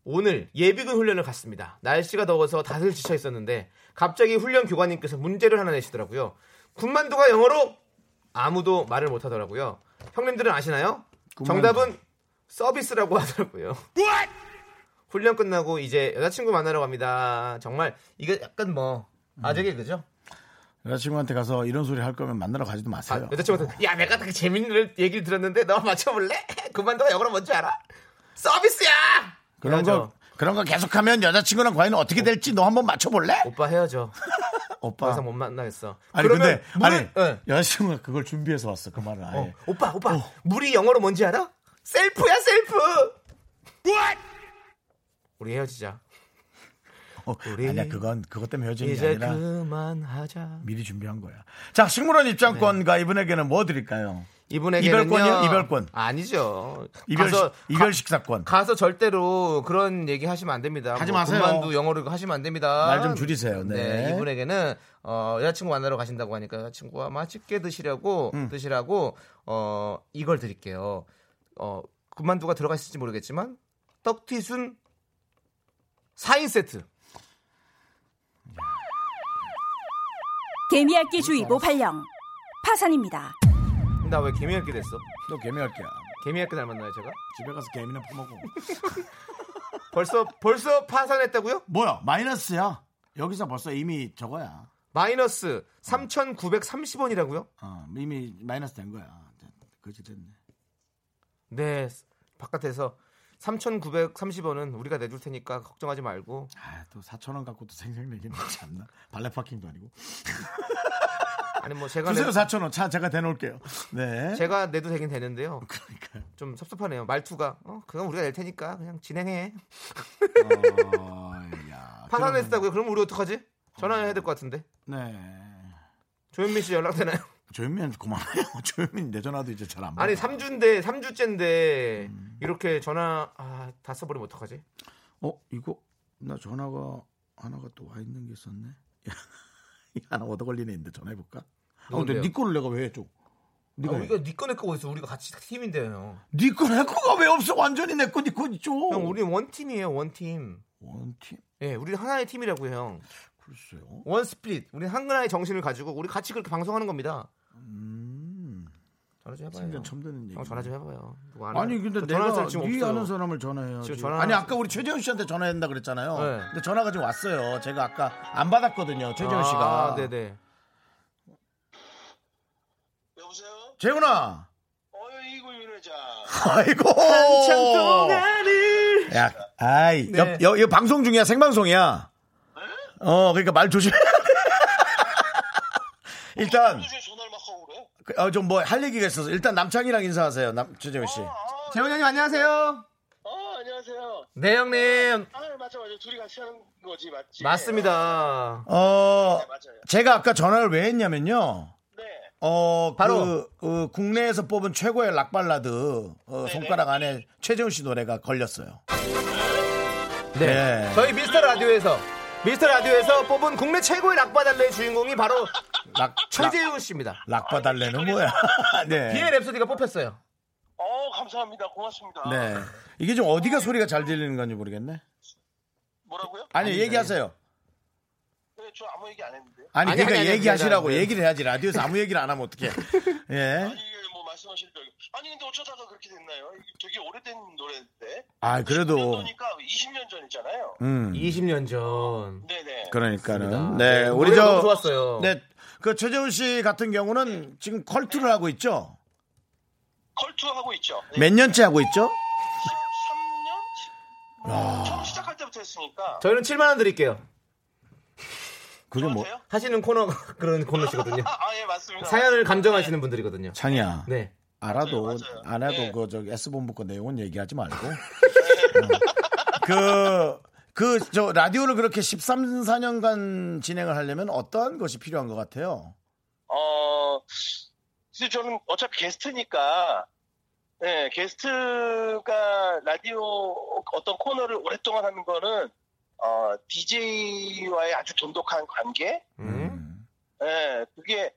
[SPEAKER 2] 오늘 예비군 훈련을 갔습니다. 날씨가 더워서 다들 지쳐 있었는데 갑자기 훈련 교관님께서 문제를 하나 내시더라고요. 군만두가 영어로 아무도 말을 못하더라고요. 형님들은 아시나요?
[SPEAKER 1] 군만두.
[SPEAKER 2] 정답은 서비스라고 하더라고요. 훈련 끝나고 이제 여자친구 만나러 갑니다. 정말 이게 약간 뭐
[SPEAKER 1] 음.
[SPEAKER 2] 아재개 그죠?
[SPEAKER 1] 여자친구한테 가서 이런 소리 할 거면 만나러 가지도
[SPEAKER 2] 아,
[SPEAKER 1] 마세요
[SPEAKER 2] 여자친구한테 야 내가 그 재밌는 얘기를 들었는데 너 맞춰볼래? 그만둬 영어로 뭔지 알아? 서비스야!
[SPEAKER 1] 그런 거
[SPEAKER 2] 헤어져.
[SPEAKER 1] 그런 거 계속하면 여자친구랑 과연 어떻게 될지 너 한번 맞춰볼래?
[SPEAKER 2] 오빠 헤어져 더
[SPEAKER 1] 오빠
[SPEAKER 2] 이상 못 만나겠어
[SPEAKER 1] 아니
[SPEAKER 2] 그러면
[SPEAKER 1] 근데
[SPEAKER 2] 물을-
[SPEAKER 1] 아니
[SPEAKER 2] 응.
[SPEAKER 1] 여자친구가 그걸 준비해서 왔어 그 말을 아예
[SPEAKER 2] 어, 오빠 오빠 물이 영어로 뭔지 알아? 셀프야 셀프 우리 헤어지자
[SPEAKER 1] 어,
[SPEAKER 2] 우리
[SPEAKER 1] 아니야 그건 그것 때문에 헤어진 게
[SPEAKER 2] 이제
[SPEAKER 1] 아니라
[SPEAKER 2] 그만하자
[SPEAKER 1] 미리 준비한 거야 자 식물원 입장권과
[SPEAKER 2] 네.
[SPEAKER 1] 이분에게는 뭐 드릴까요?
[SPEAKER 2] 이분에게는요
[SPEAKER 1] 이별권이요? 이별권.
[SPEAKER 2] 아니죠
[SPEAKER 1] 이별
[SPEAKER 2] 가서-
[SPEAKER 1] 식- 이별 식사권
[SPEAKER 2] 가서 절대로 그런 얘기 하시면 안 됩니다.
[SPEAKER 1] 하지
[SPEAKER 2] 뭐
[SPEAKER 1] 마세요.
[SPEAKER 2] 군만두 영어로 하시면 안 됩니다.
[SPEAKER 1] 말 좀 줄이세요. 네.
[SPEAKER 2] 이분에게는 어, 여자친구 만나러 가신다고 하니까 여자친구와 맛있게 드시려고
[SPEAKER 1] 음.
[SPEAKER 2] 드시라고 어, 이걸 드릴게요. 어, 군만두가 들어가 있을지 모르겠지만 떡튀순 4인 세트.
[SPEAKER 6] 개미핥기 주의보 발령. 파산입니다.
[SPEAKER 2] 나 왜 개미핥기 됐어?
[SPEAKER 1] 또 개미할게요
[SPEAKER 2] 개미핥기 닮았나요 제가?
[SPEAKER 1] 집에 가서 개미나 퍼먹고
[SPEAKER 2] 벌써 벌써 파산했다고요?
[SPEAKER 1] 뭐야 마이너스야 여기서 벌써 이미 저거야
[SPEAKER 2] 마이너스 3,930원이라고요?
[SPEAKER 1] 어, 이미 마이너스 된 거야 그지 됐네
[SPEAKER 2] 네 바깥에서 3,930원은 우리가 내줄 테니까 걱정하지 말고
[SPEAKER 1] 아또 4천 원 갖고 또 생생내기는 참나 발레 파킹도 아니고
[SPEAKER 2] 아니 뭐 제가
[SPEAKER 1] 주세요
[SPEAKER 2] 내,
[SPEAKER 1] 4천 원차 제가 대놓을게요 네
[SPEAKER 2] 제가 내도 되긴 되는데요
[SPEAKER 1] 그러니까요
[SPEAKER 2] 좀 섭섭하네요 말투가 어 그건 우리가 낼 테니까 그냥 진행해
[SPEAKER 1] 어, 야,
[SPEAKER 2] 파산했다고요 그럼 우리 어떡하지 전화해야 될 것 같은데
[SPEAKER 1] 그러면- 네
[SPEAKER 2] 조현민 씨 연락 되나요
[SPEAKER 1] 조현민 고마워요 조현민 내 전화도 이제 잘 안 받아
[SPEAKER 2] 아니 3주인데 3주째인데 이렇게 전화 아, 다 써버리면 어떡하지
[SPEAKER 1] 어 이거 나 전화가 하나가 또 와 있는 게 있었네 이거 하나 얻어 걸리네 있는데 전화해볼까 아 근데
[SPEAKER 2] 누군데요?
[SPEAKER 1] 네 거를 내가 왜 해줘
[SPEAKER 2] 아,
[SPEAKER 1] 네가 왜?
[SPEAKER 2] 우리가 니꺼 네 내꺼 어딨어 우리가 같이 팀인데요
[SPEAKER 1] 니꺼 내 거가 왜 없어? 완전히 내 거, 니거 있죠.
[SPEAKER 2] 형 우리 원팀이에요 원팀
[SPEAKER 1] 원팀
[SPEAKER 2] 예 우리 하나의 팀이라고 형
[SPEAKER 1] 글쎄요.
[SPEAKER 2] 원 스피릿. 우리 한글화의 정신을 가지고 우리 같이 그렇게 방송하는 겁니다.
[SPEAKER 1] 음.
[SPEAKER 2] 전화 좀 해봐요.
[SPEAKER 1] 생전 처음 듣는 얘기.
[SPEAKER 2] 형 전화 좀 해봐요. 누구 아는
[SPEAKER 1] 아니
[SPEAKER 2] 사람?
[SPEAKER 1] 근데
[SPEAKER 2] 저
[SPEAKER 1] 내가
[SPEAKER 2] 사람
[SPEAKER 1] 지금 네 아는 사람을 전화해야지.
[SPEAKER 2] 지금 전화-
[SPEAKER 1] 아니 아까 우리 최재훈 씨한테 전화했다 그랬잖아요.
[SPEAKER 2] 네.
[SPEAKER 1] 근데 전화가 지금 왔어요. 제가 아까 안 받았거든요. 최재훈 씨가.
[SPEAKER 2] 아, 네네.
[SPEAKER 7] 여보세요?
[SPEAKER 1] 재훈아.
[SPEAKER 7] 어이구 이러자.
[SPEAKER 1] 아이고. 야, 아이,
[SPEAKER 2] 네.
[SPEAKER 1] 여, 여, 이거 방송 중이야, 생방송이야.
[SPEAKER 7] 네?
[SPEAKER 1] 어, 그러니까 말 조심해야 돼. 일단,
[SPEAKER 7] 요즘 전화를 막 하고 그래?
[SPEAKER 1] 좀 뭐 할 얘기가 있어서 일단 남창이랑 인사하세요, 남, 최재훈 씨.
[SPEAKER 7] 아,
[SPEAKER 2] 재훈 형님 안녕하세요.
[SPEAKER 7] 어 안녕하세요.
[SPEAKER 2] 네 형님
[SPEAKER 7] 아 맞아 맞아 둘이 같이 하는 거지 맞지?
[SPEAKER 2] 맞습니다.
[SPEAKER 1] 어,
[SPEAKER 7] 네, 맞아요.
[SPEAKER 1] 제가 아까 전화를 왜 했냐면요.
[SPEAKER 7] 네.
[SPEAKER 1] 어,
[SPEAKER 2] 바로.
[SPEAKER 1] 그, 어, 국내에서 뽑은 최고의 락발라드
[SPEAKER 7] 네,
[SPEAKER 1] 어, 손가락 안에 최재훈 씨 노래가 걸렸어요.
[SPEAKER 2] 네.
[SPEAKER 1] 네.
[SPEAKER 2] 저희 미스터 라디오에서 미스터 라디오에서 뽑은 국내 최고의 락바달레의 주인공이 바로
[SPEAKER 1] 락,
[SPEAKER 2] 아, 최재훈 씨입니다.
[SPEAKER 1] 락, 락바달래는 뭐야?
[SPEAKER 2] 비의
[SPEAKER 1] 네.
[SPEAKER 2] 랩소디가 뽑혔어요.
[SPEAKER 7] 어 감사합니다. 고맙습니다.
[SPEAKER 1] 네. 이게 좀 어디가 소리가 잘 들리는 건지 모르겠네.
[SPEAKER 7] 뭐라고요?
[SPEAKER 1] 아니, 얘기하세요.
[SPEAKER 7] 네, 저 아무 얘기 안 했는데.
[SPEAKER 1] 아니,
[SPEAKER 2] 아니,
[SPEAKER 1] 그러니까
[SPEAKER 2] 아니, 아니,
[SPEAKER 1] 얘기하시라고
[SPEAKER 2] 아니, 아니.
[SPEAKER 1] 얘기를 해야지. 라디오에서 아무 얘기를 안 하면 어떡해. 예.
[SPEAKER 7] 아니 뭐 말씀하실 때 아니 근데 어쩌다가 그렇게 됐나요? 이게 되게 오래된 노래인데.
[SPEAKER 1] 아,
[SPEAKER 7] 10년
[SPEAKER 1] 그래도.
[SPEAKER 7] 전이니까 20년 전이잖아요.
[SPEAKER 1] 음.
[SPEAKER 2] 20년 전.
[SPEAKER 7] 네네.
[SPEAKER 1] 그러니까는. 네. 우리
[SPEAKER 2] 노래가 너무
[SPEAKER 1] 저.
[SPEAKER 2] 좋았어요.
[SPEAKER 1] 네. 그 최재훈 씨 같은 경우는 지금 컬투를 하고 있죠?
[SPEAKER 7] 컬투 하고 있죠. 네.
[SPEAKER 1] 몇 년째 하고 있죠? 그- 아.
[SPEAKER 7] 13년? 처음 시작할 때부터 했으니까.
[SPEAKER 2] 저희는 7만 원 드릴게요.
[SPEAKER 1] 그게 뭐
[SPEAKER 7] 저한테요?
[SPEAKER 2] 하시는 코너가 그런 코너시거든요.
[SPEAKER 7] 아, 아, 네. 예, 맞습니다.
[SPEAKER 2] 사연을 감정하시는 분들이거든요.
[SPEAKER 1] 창이야.
[SPEAKER 2] 네.
[SPEAKER 1] 알아도
[SPEAKER 7] 맞아요, 맞아요.
[SPEAKER 1] 알아도
[SPEAKER 7] 네.
[SPEAKER 1] 그 저기 S 본부 거 내용은 얘기하지 말고 어. 그 그 저 라디오를 그렇게 13, 4년간 진행을 하려면 어떠한 것이 필요한 것 같아요?
[SPEAKER 7] 어, 근데 저는 어차피 게스트니까, 예, 게스트가 라디오 어떤 코너를 오랫동안 하는 거는, 어, DJ와의 아주 돈독한 관계?
[SPEAKER 2] 음.
[SPEAKER 1] 음.
[SPEAKER 7] 예, 그게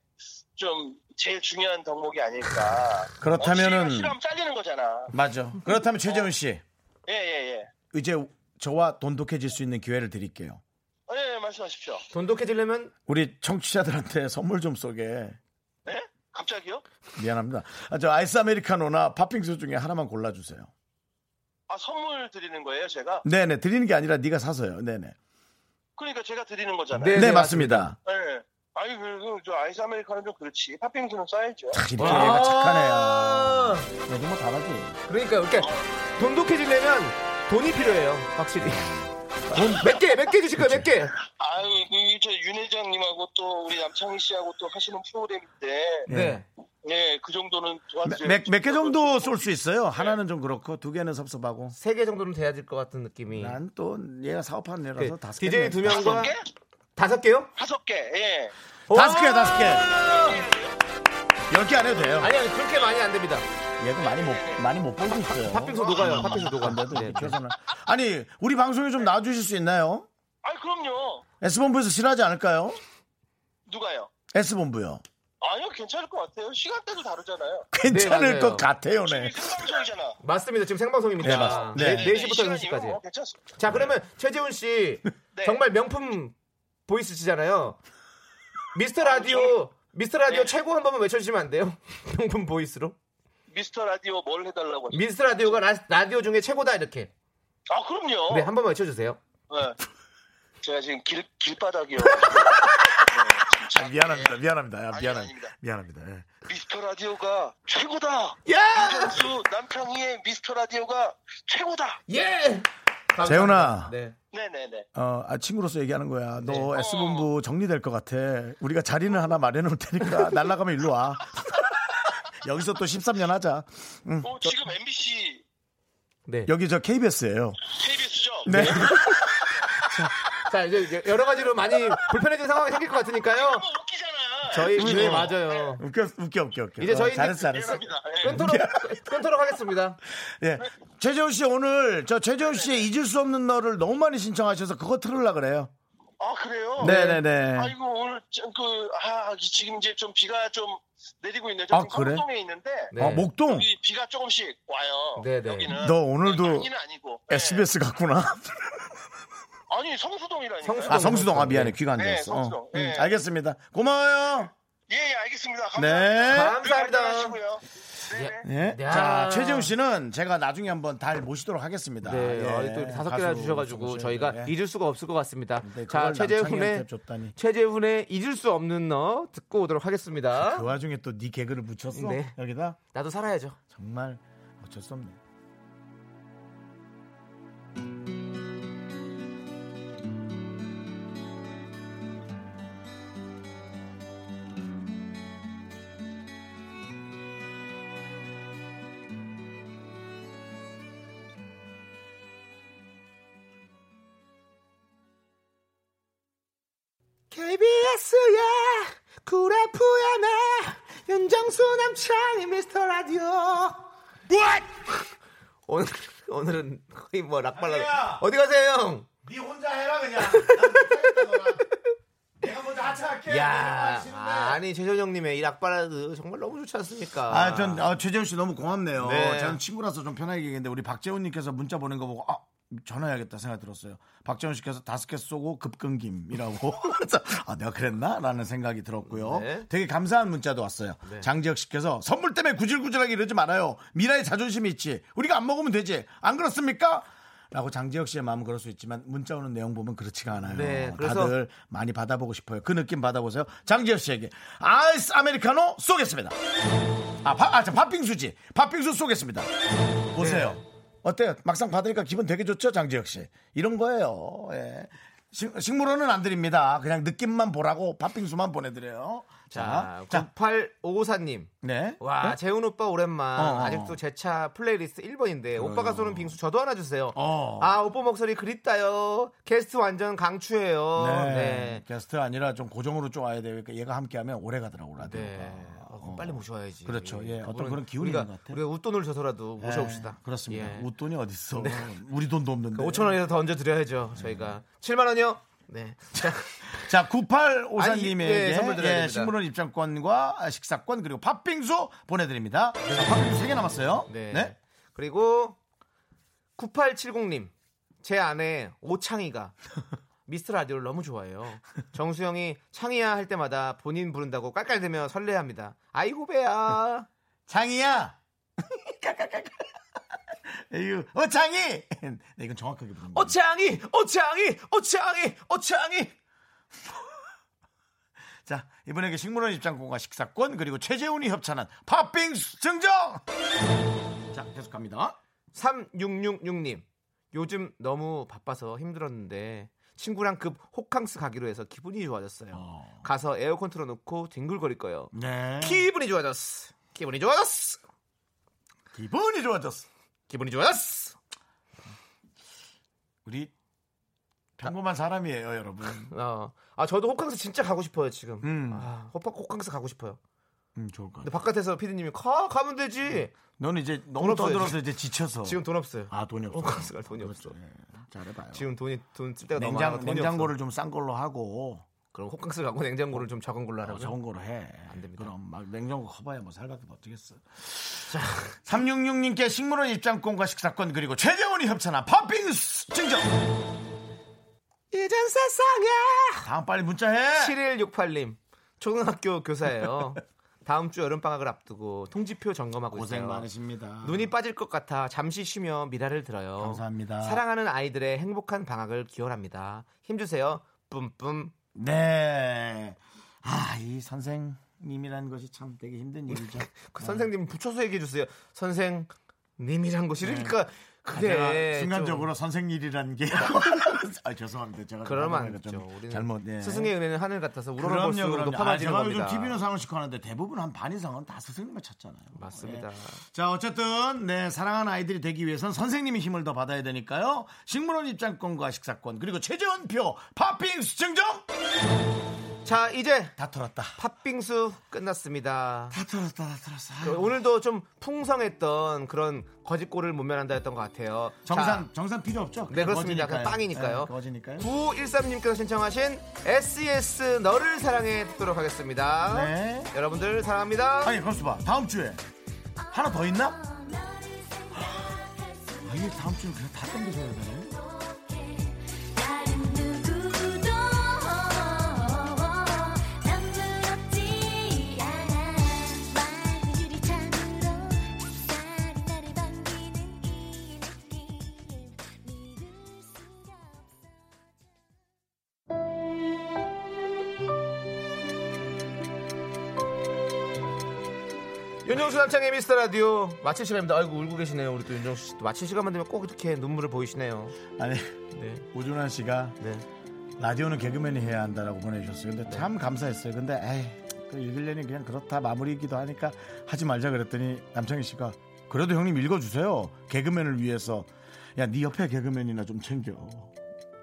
[SPEAKER 7] 좀 제일 중요한 덕목이 아닐까.
[SPEAKER 1] 그렇다면은
[SPEAKER 7] 없이 어. 싫으면 잘리는 거잖아.
[SPEAKER 1] 맞아. 그렇다면 최재훈 씨
[SPEAKER 7] 예, 예,
[SPEAKER 1] 이제 저와 돈독해질 수 있는 기회를 드릴게요.
[SPEAKER 7] 예. 예, 말씀하십시오.
[SPEAKER 2] 돈독해지려면
[SPEAKER 1] 우리 청취자들한테 선물 좀 쏘게
[SPEAKER 7] 네? 갑자기요?
[SPEAKER 1] 미안합니다. 아, 저 아이스 아메리카노나 팥빙수 중에 하나만 골라주세요.
[SPEAKER 7] 아, 선물 드리는 거예요, 제가?
[SPEAKER 1] 네네 드리는 게 아니라 네가 사서요. 네네.
[SPEAKER 7] 그러니까 제가 드리는 거잖아요.
[SPEAKER 2] 네,
[SPEAKER 1] 네,
[SPEAKER 2] 네,
[SPEAKER 1] 맞습니다.
[SPEAKER 7] 예. 아니, 그, 그, 저 아이스 아메리카노는 좀 그렇지. 팥빙수는 써야죠.
[SPEAKER 1] 자, 이렇게
[SPEAKER 2] 아.
[SPEAKER 1] 얘가 착하네요. 요즘 뭐 다르지.
[SPEAKER 2] 그러니까 이렇게 돈독해지려면 돈이 필요해요. 확실히. 몇 개, 몇 개 주실 거예요, 몇 개?
[SPEAKER 7] 아유, 그, 저, 윤 회장님하고 또 우리 남창희 씨하고 또 하시는 프로그램인데,
[SPEAKER 2] 네.
[SPEAKER 7] 예, 그 정도는
[SPEAKER 2] 아,
[SPEAKER 7] 도와주세요.
[SPEAKER 1] 몇개 정도 쏠 수 있어요? 하나는 좀 그렇고 두 개는 섭섭하고.
[SPEAKER 2] 세 개 정도는 돼야 될 것 같은 느낌이.
[SPEAKER 1] 난 또 얘가 사업하는
[SPEAKER 2] 네.
[SPEAKER 1] 애라서 다섯 개.
[SPEAKER 2] DJ 두
[SPEAKER 7] 다섯
[SPEAKER 2] 명과
[SPEAKER 7] 개?
[SPEAKER 2] 다섯 개요?
[SPEAKER 7] 다섯 개, 예.
[SPEAKER 1] 다섯 개,
[SPEAKER 2] 와!
[SPEAKER 1] 다섯 열개 안 해도 돼요.
[SPEAKER 2] 아니, 아니, 그렇게 많이 안 됩니다.
[SPEAKER 1] 얘도 많이 못 많이 못 벌고 있어요.
[SPEAKER 2] 팥빙수 녹아요, 팥빙수 녹아.
[SPEAKER 1] 근데도
[SPEAKER 2] 네,
[SPEAKER 1] 이렇게
[SPEAKER 2] 네.
[SPEAKER 1] 최선을. 아니 우리 방송에 좀 나와주실 수 있나요?
[SPEAKER 7] 아이, 그럼요.
[SPEAKER 1] S 본부에서 싫어하지 않을까요?
[SPEAKER 7] 누가요?
[SPEAKER 1] S 본부요.
[SPEAKER 7] 아니요, 괜찮을 것 같아요. 시간대도 다르잖아요.
[SPEAKER 1] 네, 괜찮을
[SPEAKER 2] 맞아요.
[SPEAKER 1] 것 같아요,
[SPEAKER 7] 이
[SPEAKER 1] 네.
[SPEAKER 7] 생방송이잖아.
[SPEAKER 2] 맞습니다. 지금 생방송입니다.
[SPEAKER 1] 네, 맞습니다. 네.
[SPEAKER 2] 네, 4시부터
[SPEAKER 7] 이 시간이면
[SPEAKER 2] 6시까지.
[SPEAKER 7] 뭐 괜찮습니다.
[SPEAKER 2] 자, 그러면 최재훈 씨
[SPEAKER 7] 네.
[SPEAKER 2] 정말 명품 보이스시잖아요. 미스터 라디오 미스터 라디오
[SPEAKER 7] 네.
[SPEAKER 2] 최고 한 번만 외쳐주시면 안 돼요? 명품 보이스로
[SPEAKER 7] 미스터 라디오 뭘 해달라고 하죠?
[SPEAKER 2] 미스터 라디오가 라, 디오 중에 최고다 이렇게
[SPEAKER 7] 아, 그럼요.
[SPEAKER 2] 네 한 번만 외쳐주세요.
[SPEAKER 7] 예. 제가 지금 길, 길바닥이요. 네,
[SPEAKER 1] 아, 미안합니다, 미안합니다, 아,
[SPEAKER 7] 아니,
[SPEAKER 1] 미안합니다,
[SPEAKER 7] 아닙니다.
[SPEAKER 1] 미안합니다. 예.
[SPEAKER 7] 미스터 라디오가 최고다.
[SPEAKER 2] 야!
[SPEAKER 7] 윤정수 남편이의 미스터 라디오가 최고다.
[SPEAKER 2] 예! 감사합니다.
[SPEAKER 1] 재훈아.
[SPEAKER 2] 네.
[SPEAKER 7] 네네네.
[SPEAKER 1] 어, 아, 친구로서 얘기하는 거야. 너 S
[SPEAKER 2] 어.
[SPEAKER 1] 본부 정리될 것 같아. 우리가 자리는 하나 마련해놓을 테니까 날라가면 일로 와. 여기서 또 13년 하자.
[SPEAKER 2] 음,
[SPEAKER 7] 어, 지금 MBC,
[SPEAKER 2] 네.
[SPEAKER 1] 여기 저 KBS예요.
[SPEAKER 7] KBS죠?
[SPEAKER 1] 네.
[SPEAKER 2] 자 이제 이제 예, 여러 가지로 많이 불편해진 상황이 생길 것 같으니까요.
[SPEAKER 7] 너무 어, 웃기잖아.
[SPEAKER 2] 저희 네 맞아요.
[SPEAKER 1] 웃겨, 웃겨, 웃겨, 웃겨.
[SPEAKER 2] 이제
[SPEAKER 1] 어,
[SPEAKER 2] 저희
[SPEAKER 1] 잘했어, 잘했어.
[SPEAKER 7] 미안합니다. 예.
[SPEAKER 2] 끊도록 끊도록 하겠습니다.
[SPEAKER 1] 예. 최재훈 씨 오늘 저 최재훈 씨의 잊을 수 없는 너를 너무 많이 신청하셔서 그거 틀으려 그래요.
[SPEAKER 7] 아, 그래요?
[SPEAKER 1] 네네네.
[SPEAKER 7] 아이고, 오늘, 좀 그, 아, 지금 이제 좀 비가 좀 내리고 있네요.
[SPEAKER 1] 아,
[SPEAKER 7] 저는
[SPEAKER 1] 그래?
[SPEAKER 7] 성동에 있는데,
[SPEAKER 2] 네.
[SPEAKER 1] 아, 목동.
[SPEAKER 7] 여기 비가 조금씩 와요.
[SPEAKER 2] 네네.
[SPEAKER 7] 여기는.
[SPEAKER 1] 너 오늘도
[SPEAKER 7] 네, 많이는 아니고. 네.
[SPEAKER 1] SBS 갔구나.
[SPEAKER 7] 아니, 성수동이라니까.
[SPEAKER 2] 성수동.
[SPEAKER 1] 아 성수동 아 미안해 귀가 안
[SPEAKER 7] 네,
[SPEAKER 1] 들었어.
[SPEAKER 7] 성수동.
[SPEAKER 1] 어.
[SPEAKER 7] 네.
[SPEAKER 1] 음, 알겠습니다. 고마워요.
[SPEAKER 7] 예, 예, 알겠습니다. 감사합니다.
[SPEAKER 1] 네.
[SPEAKER 2] 감사합니다.
[SPEAKER 7] 안녕하시고요. 네.
[SPEAKER 2] 예.
[SPEAKER 1] 예.
[SPEAKER 2] 야.
[SPEAKER 1] 자 최재훈 씨는 제가 나중에 한번 잘 모시도록 하겠습니다.
[SPEAKER 2] 네,
[SPEAKER 1] 예.
[SPEAKER 2] 아, 또 이렇게 다섯 개나
[SPEAKER 1] 가수
[SPEAKER 2] 주셔가지고
[SPEAKER 1] 정신.
[SPEAKER 2] 저희가
[SPEAKER 1] 예.
[SPEAKER 2] 잊을 수가 없을 것 같습니다.
[SPEAKER 1] 근데
[SPEAKER 2] 자,
[SPEAKER 1] 그걸
[SPEAKER 2] 최재훈의
[SPEAKER 1] 남창희한테 줬다니.
[SPEAKER 2] 최재훈의 잊을 수 없는 너 듣고 오도록 하겠습니다.
[SPEAKER 1] 그 와중에 또 네 개그를 붙였어
[SPEAKER 2] 네.
[SPEAKER 1] 여기다
[SPEAKER 2] 나도 살아야죠.
[SPEAKER 1] 정말 어쩔 수 없네.
[SPEAKER 2] KBS야, 구라프야 나 윤정수 남창희 미스터 라디오. 오늘 오늘은 거의 뭐 락발라. 어디 가세요 형?
[SPEAKER 1] 네 혼자 해라 그냥. 내가 먼저 하차할게.
[SPEAKER 2] 야, 아니 최재훈 형님의 이 락발라드 정말 너무 좋지 않습니까?
[SPEAKER 1] 아, 전 어, 최재훈 씨 너무 고맙네요.
[SPEAKER 2] 네.
[SPEAKER 1] 저는 친구라서 좀 편하게 얘기했는데 우리 박재훈님께서 문자 보낸 거 보고 아 전화해야겠다 생각 들었어요. 박재훈 씨께서 다섯 개 쏘고 급끊김이라고. 그래서 아 내가 그랬나라는 생각이 들었고요.
[SPEAKER 2] 네.
[SPEAKER 1] 되게 감사한 문자도 왔어요. 장지혁 씨께서 선물 때문에 구질구질하게 이러지 말아요. 미라에 자존심이 있지. 우리가 안 먹으면 되지. 안 그렇습니까? 라고 장지혁 씨의 마음은 그럴 수 있지만 문자 오는 내용 보면 그렇지가 않아요.
[SPEAKER 2] 네, 그래서-
[SPEAKER 1] 어, 다들 많이 받아보고 싶어요. 그 느낌 받아보세요. 장지혁 씨에게 아이스 아메리카노 쏘겠습니다. 아, 파, 아, 저 팥빙수지. 팥빙수 쏘겠습니다.
[SPEAKER 2] 네.
[SPEAKER 1] 보세요. 어때요? 막상 받으니까 기분 되게 좋죠, 장지혁 씨. 이런 거예요. 예. 식, 식물원은 안 드립니다. 그냥 느낌만 보라고 팥빙수만 보내드려요.
[SPEAKER 2] 자,
[SPEAKER 1] 자, 자,
[SPEAKER 2] 9854님.
[SPEAKER 1] 네.
[SPEAKER 2] 와,
[SPEAKER 1] 네?
[SPEAKER 2] 재훈 오빠 오랜만.
[SPEAKER 1] 어, 어.
[SPEAKER 2] 아직도 제 차 플레이리스트 1번인데 오빠가 쏘는 빙수 저도 하나 주세요.
[SPEAKER 1] 어.
[SPEAKER 2] 아, 오빠 목소리 그립다요. 게스트 완전 강추예요.
[SPEAKER 1] 네.
[SPEAKER 2] 네.
[SPEAKER 1] 게스트 아니라 좀 고정으로 좀 와야 돼요. 그러니까 얘가 함께하면 오래 가더라고 라디오가.
[SPEAKER 2] 네. 어, 그럼
[SPEAKER 1] 어.
[SPEAKER 2] 빨리 모셔야지.
[SPEAKER 1] 그렇죠. 예, 어떤
[SPEAKER 2] 그분은
[SPEAKER 1] 그런 기운이
[SPEAKER 2] 우리가,
[SPEAKER 1] 있는 것 같아요.
[SPEAKER 2] 우리가 웃돈을 줘서라도
[SPEAKER 1] 네,
[SPEAKER 2] 모셔봅시다.
[SPEAKER 1] 그렇습니다.
[SPEAKER 2] 예.
[SPEAKER 1] 웃돈이 어딨어. 우리 돈도 없는데.
[SPEAKER 2] 5천 원이라도 더 얹어드려야죠. 저희가 7만 원이요. 네. 자,
[SPEAKER 1] 자,
[SPEAKER 2] 아니,
[SPEAKER 1] 9854님에게
[SPEAKER 2] 예, 선물 드려야 됩니다.
[SPEAKER 1] 식물원 입장권과 식사권 그리고 팥빙수 보내드립니다. 자, 팥빙수 3개 남았어요.
[SPEAKER 2] 네.
[SPEAKER 1] 네?
[SPEAKER 2] 그리고 9870님 제 아내 오창희가 미스터 라디오를 너무 좋아해요. 정수영이 창희야 할 때마다 본인 부른다고 깔깔대며 설레합니다. 아이고 배야.
[SPEAKER 1] 장이야. 에휴, 어 장이. 네, 이건 어, 정확하게 부릅니다.
[SPEAKER 2] 오창희, 오창희, 오창희,
[SPEAKER 1] 어,
[SPEAKER 2] 오창희.
[SPEAKER 1] 자, 이분에게 식물원 입장권과 식사권 그리고 최재훈이 협찬한 팥빙수 증정. 자, 계속합니다.
[SPEAKER 2] 3666님 요즘 너무 바빠서 힘들었는데 친구랑 급 호캉스 가기로 해서 기분이 좋아졌어요.
[SPEAKER 1] 어.
[SPEAKER 2] 가서 에어컨 틀어놓고 뒹굴거릴 거예요.
[SPEAKER 1] 네.
[SPEAKER 2] 기분이 좋아졌어. 기분이 좋아졌어.
[SPEAKER 1] 기분이 좋아졌어.
[SPEAKER 2] 기분이 좋아졌어.
[SPEAKER 1] 우리 평범한 사람이에요, 여러분.
[SPEAKER 2] 어. 아 저도 호캉스 진짜 가고 싶어요 지금.
[SPEAKER 1] 음.
[SPEAKER 2] 아, 호파 호캉스 가고 싶어요.
[SPEAKER 1] 음, 좋을 것
[SPEAKER 2] 근데
[SPEAKER 1] 같아.
[SPEAKER 2] 바깥에서 피디님이 가 가면 되지.
[SPEAKER 1] 너는 이제
[SPEAKER 2] 돈
[SPEAKER 1] 뭐, 너무
[SPEAKER 2] 없어요,
[SPEAKER 1] 떠들어서 이제 지쳐서.
[SPEAKER 2] 지금 돈 없어요.
[SPEAKER 1] 아, 돈이 없어.
[SPEAKER 2] 호캉스 갈 돈이 없어.
[SPEAKER 1] 그렇죠. 예. 잘해봐요.
[SPEAKER 2] 지금 돈이 돈 쓸 때가 너무 많아.
[SPEAKER 1] 냉장,
[SPEAKER 2] 돈이
[SPEAKER 1] 냉장고를
[SPEAKER 2] 없어.
[SPEAKER 1] 좀 싼 걸로 하고
[SPEAKER 2] 그럼 호캉스 가고 냉장고를 좀 작은 걸로
[SPEAKER 1] 어,
[SPEAKER 2] 하라고.
[SPEAKER 1] 좋은 거로 해.
[SPEAKER 2] 아, 안 됩니다.
[SPEAKER 1] 그럼 막 냉장고 커봐야 뭐 살밖에 못 찌겠어. 자, 366님께 식물원 입장권과 식사권 그리고 최재원이 협찬한 팥빙수 증정.
[SPEAKER 2] 이젠 세상에
[SPEAKER 1] 다음 빨리 문자해.
[SPEAKER 2] 7168님 초등학교 교사예요. 다음 주 여름 방학을 앞두고 통지표 점검하고
[SPEAKER 1] 고생
[SPEAKER 2] 있어요.
[SPEAKER 1] 많으십니다.
[SPEAKER 2] 눈이 빠질 것 같아 잠시 쉬며 미라를 들어요.
[SPEAKER 1] 감사합니다.
[SPEAKER 2] 사랑하는 아이들의 행복한 방학을 기원합니다. 힘주세요. 뿜뿜.
[SPEAKER 1] 네. 아, 이 선생님이라는 것이 참 되게 힘든 일이죠.
[SPEAKER 2] 그 선생님 붙여서 얘기해 주세요. 선생님이란 것이 그러니까 그게
[SPEAKER 1] 네. 아, 제가
[SPEAKER 2] 좀
[SPEAKER 1] 순간적으로 선생일이라는 게. 아, 죄송합니다. 제가
[SPEAKER 2] 그러면 안
[SPEAKER 1] 좀
[SPEAKER 2] 되죠. 우리는
[SPEAKER 1] 잘못. 예.
[SPEAKER 2] 스승의 은혜는 하늘 같아서 우러러
[SPEAKER 1] 그럼요,
[SPEAKER 2] 볼수록
[SPEAKER 1] 그럼요. 아,
[SPEAKER 2] 높아지는
[SPEAKER 1] 제가
[SPEAKER 2] 겁니다.
[SPEAKER 1] 요즘 TV는 상원식 하는데 대부분 한 반 이상은 다 스승님을 찾잖아요.
[SPEAKER 2] 맞습니다.
[SPEAKER 1] 예. 자, 어쨌든 네 사랑하는 아이들이 되기 위해선 선생님이 힘을 더 받아야 되니까요. 식물원 입장권과 식사권 그리고 최재원표 팥빙수 증정
[SPEAKER 2] 자 이제
[SPEAKER 1] 다 털었다.
[SPEAKER 2] 팥빙수 끝났습니다.
[SPEAKER 1] 다 털었다, 다 털었어.
[SPEAKER 2] 그 오늘도 좀 풍성했던 그런 거짓골을 못면한다 했던 것 같아요.
[SPEAKER 1] 정산
[SPEAKER 2] 자,
[SPEAKER 1] 정산 필요 없죠? 네,
[SPEAKER 2] 네 그렇습니다. 그냥 빵이니까요.
[SPEAKER 1] 거지니까요.
[SPEAKER 2] 913님께서 신청하신 SES 너를 사랑해 듣도록 하겠습니다.
[SPEAKER 1] 네.
[SPEAKER 2] 여러분들 사랑합니다.
[SPEAKER 1] 아니 그럼 봐 다음 주에 하나 더 있나?
[SPEAKER 3] 너를 생각할 수
[SPEAKER 1] 아, 이게 다음 주는 그냥 다 땡겨줘야 되네.
[SPEAKER 3] 다른 누구도 남부럽지 않아 맑은 유리창으로 햇살이 나를 반기는 이 느낌 믿을 수가 없어
[SPEAKER 2] 윤정수 남창의 미스터 라디오 마칠 시간입니다. 아이고 울고 계시네요. 우리 또 윤정수 씨도 마칠 시간만 되면 꼭 이렇게 눈물을 보이시네요.
[SPEAKER 1] 아니
[SPEAKER 2] 네.
[SPEAKER 1] 우준환 씨가
[SPEAKER 2] 네.
[SPEAKER 1] 라디오는 개그맨이 해야 한다라고 보내주셨어요. 근데 참 감사했어요. 근데 에이, 또 읽으려니 그냥 그렇다 마무리이기도 하니까 하지 말자 그랬더니 남창희 씨가 그래도 형님 읽어주세요. 개그맨을 위해서 야 네 옆에 개그맨이나 좀 챙겨.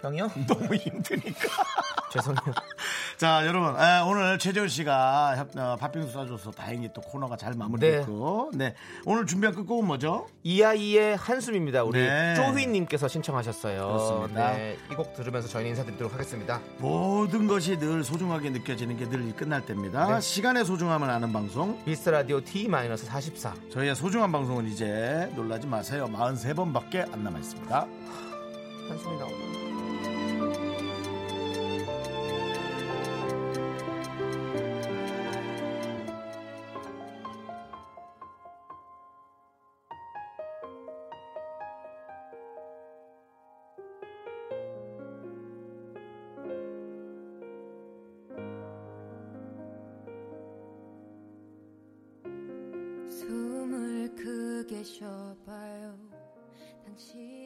[SPEAKER 2] 형이요?
[SPEAKER 1] 너무 힘드니까.
[SPEAKER 2] 죄송해요.
[SPEAKER 1] 자 여러분 에, 오늘 최재훈 씨가 협, 어, 팥빙수 싸줘서 다행히 또 코너가 잘 마무리됐고 네. 오늘 준비한 끝곡은 뭐죠?
[SPEAKER 2] 이 아이의 한숨입니다. 우리
[SPEAKER 1] 네.
[SPEAKER 2] 쪼휘님께서 신청하셨어요.
[SPEAKER 1] 그렇습니다.
[SPEAKER 2] 네, 이 곡 들으면서 저희는 인사드리도록 하겠습니다.
[SPEAKER 1] 모든 것이 늘 소중하게 느껴지는 게 늘 끝날 때입니다. 시간의 소중함을 아는 방송
[SPEAKER 2] 미스터 라디오 D-44
[SPEAKER 1] 저희의 소중한 방송은 이제 놀라지 마세요. 43번밖에 안 남아 있습니다.
[SPEAKER 2] 한숨이 나오네.
[SPEAKER 3] 숨을 크게 쉬어봐요 당신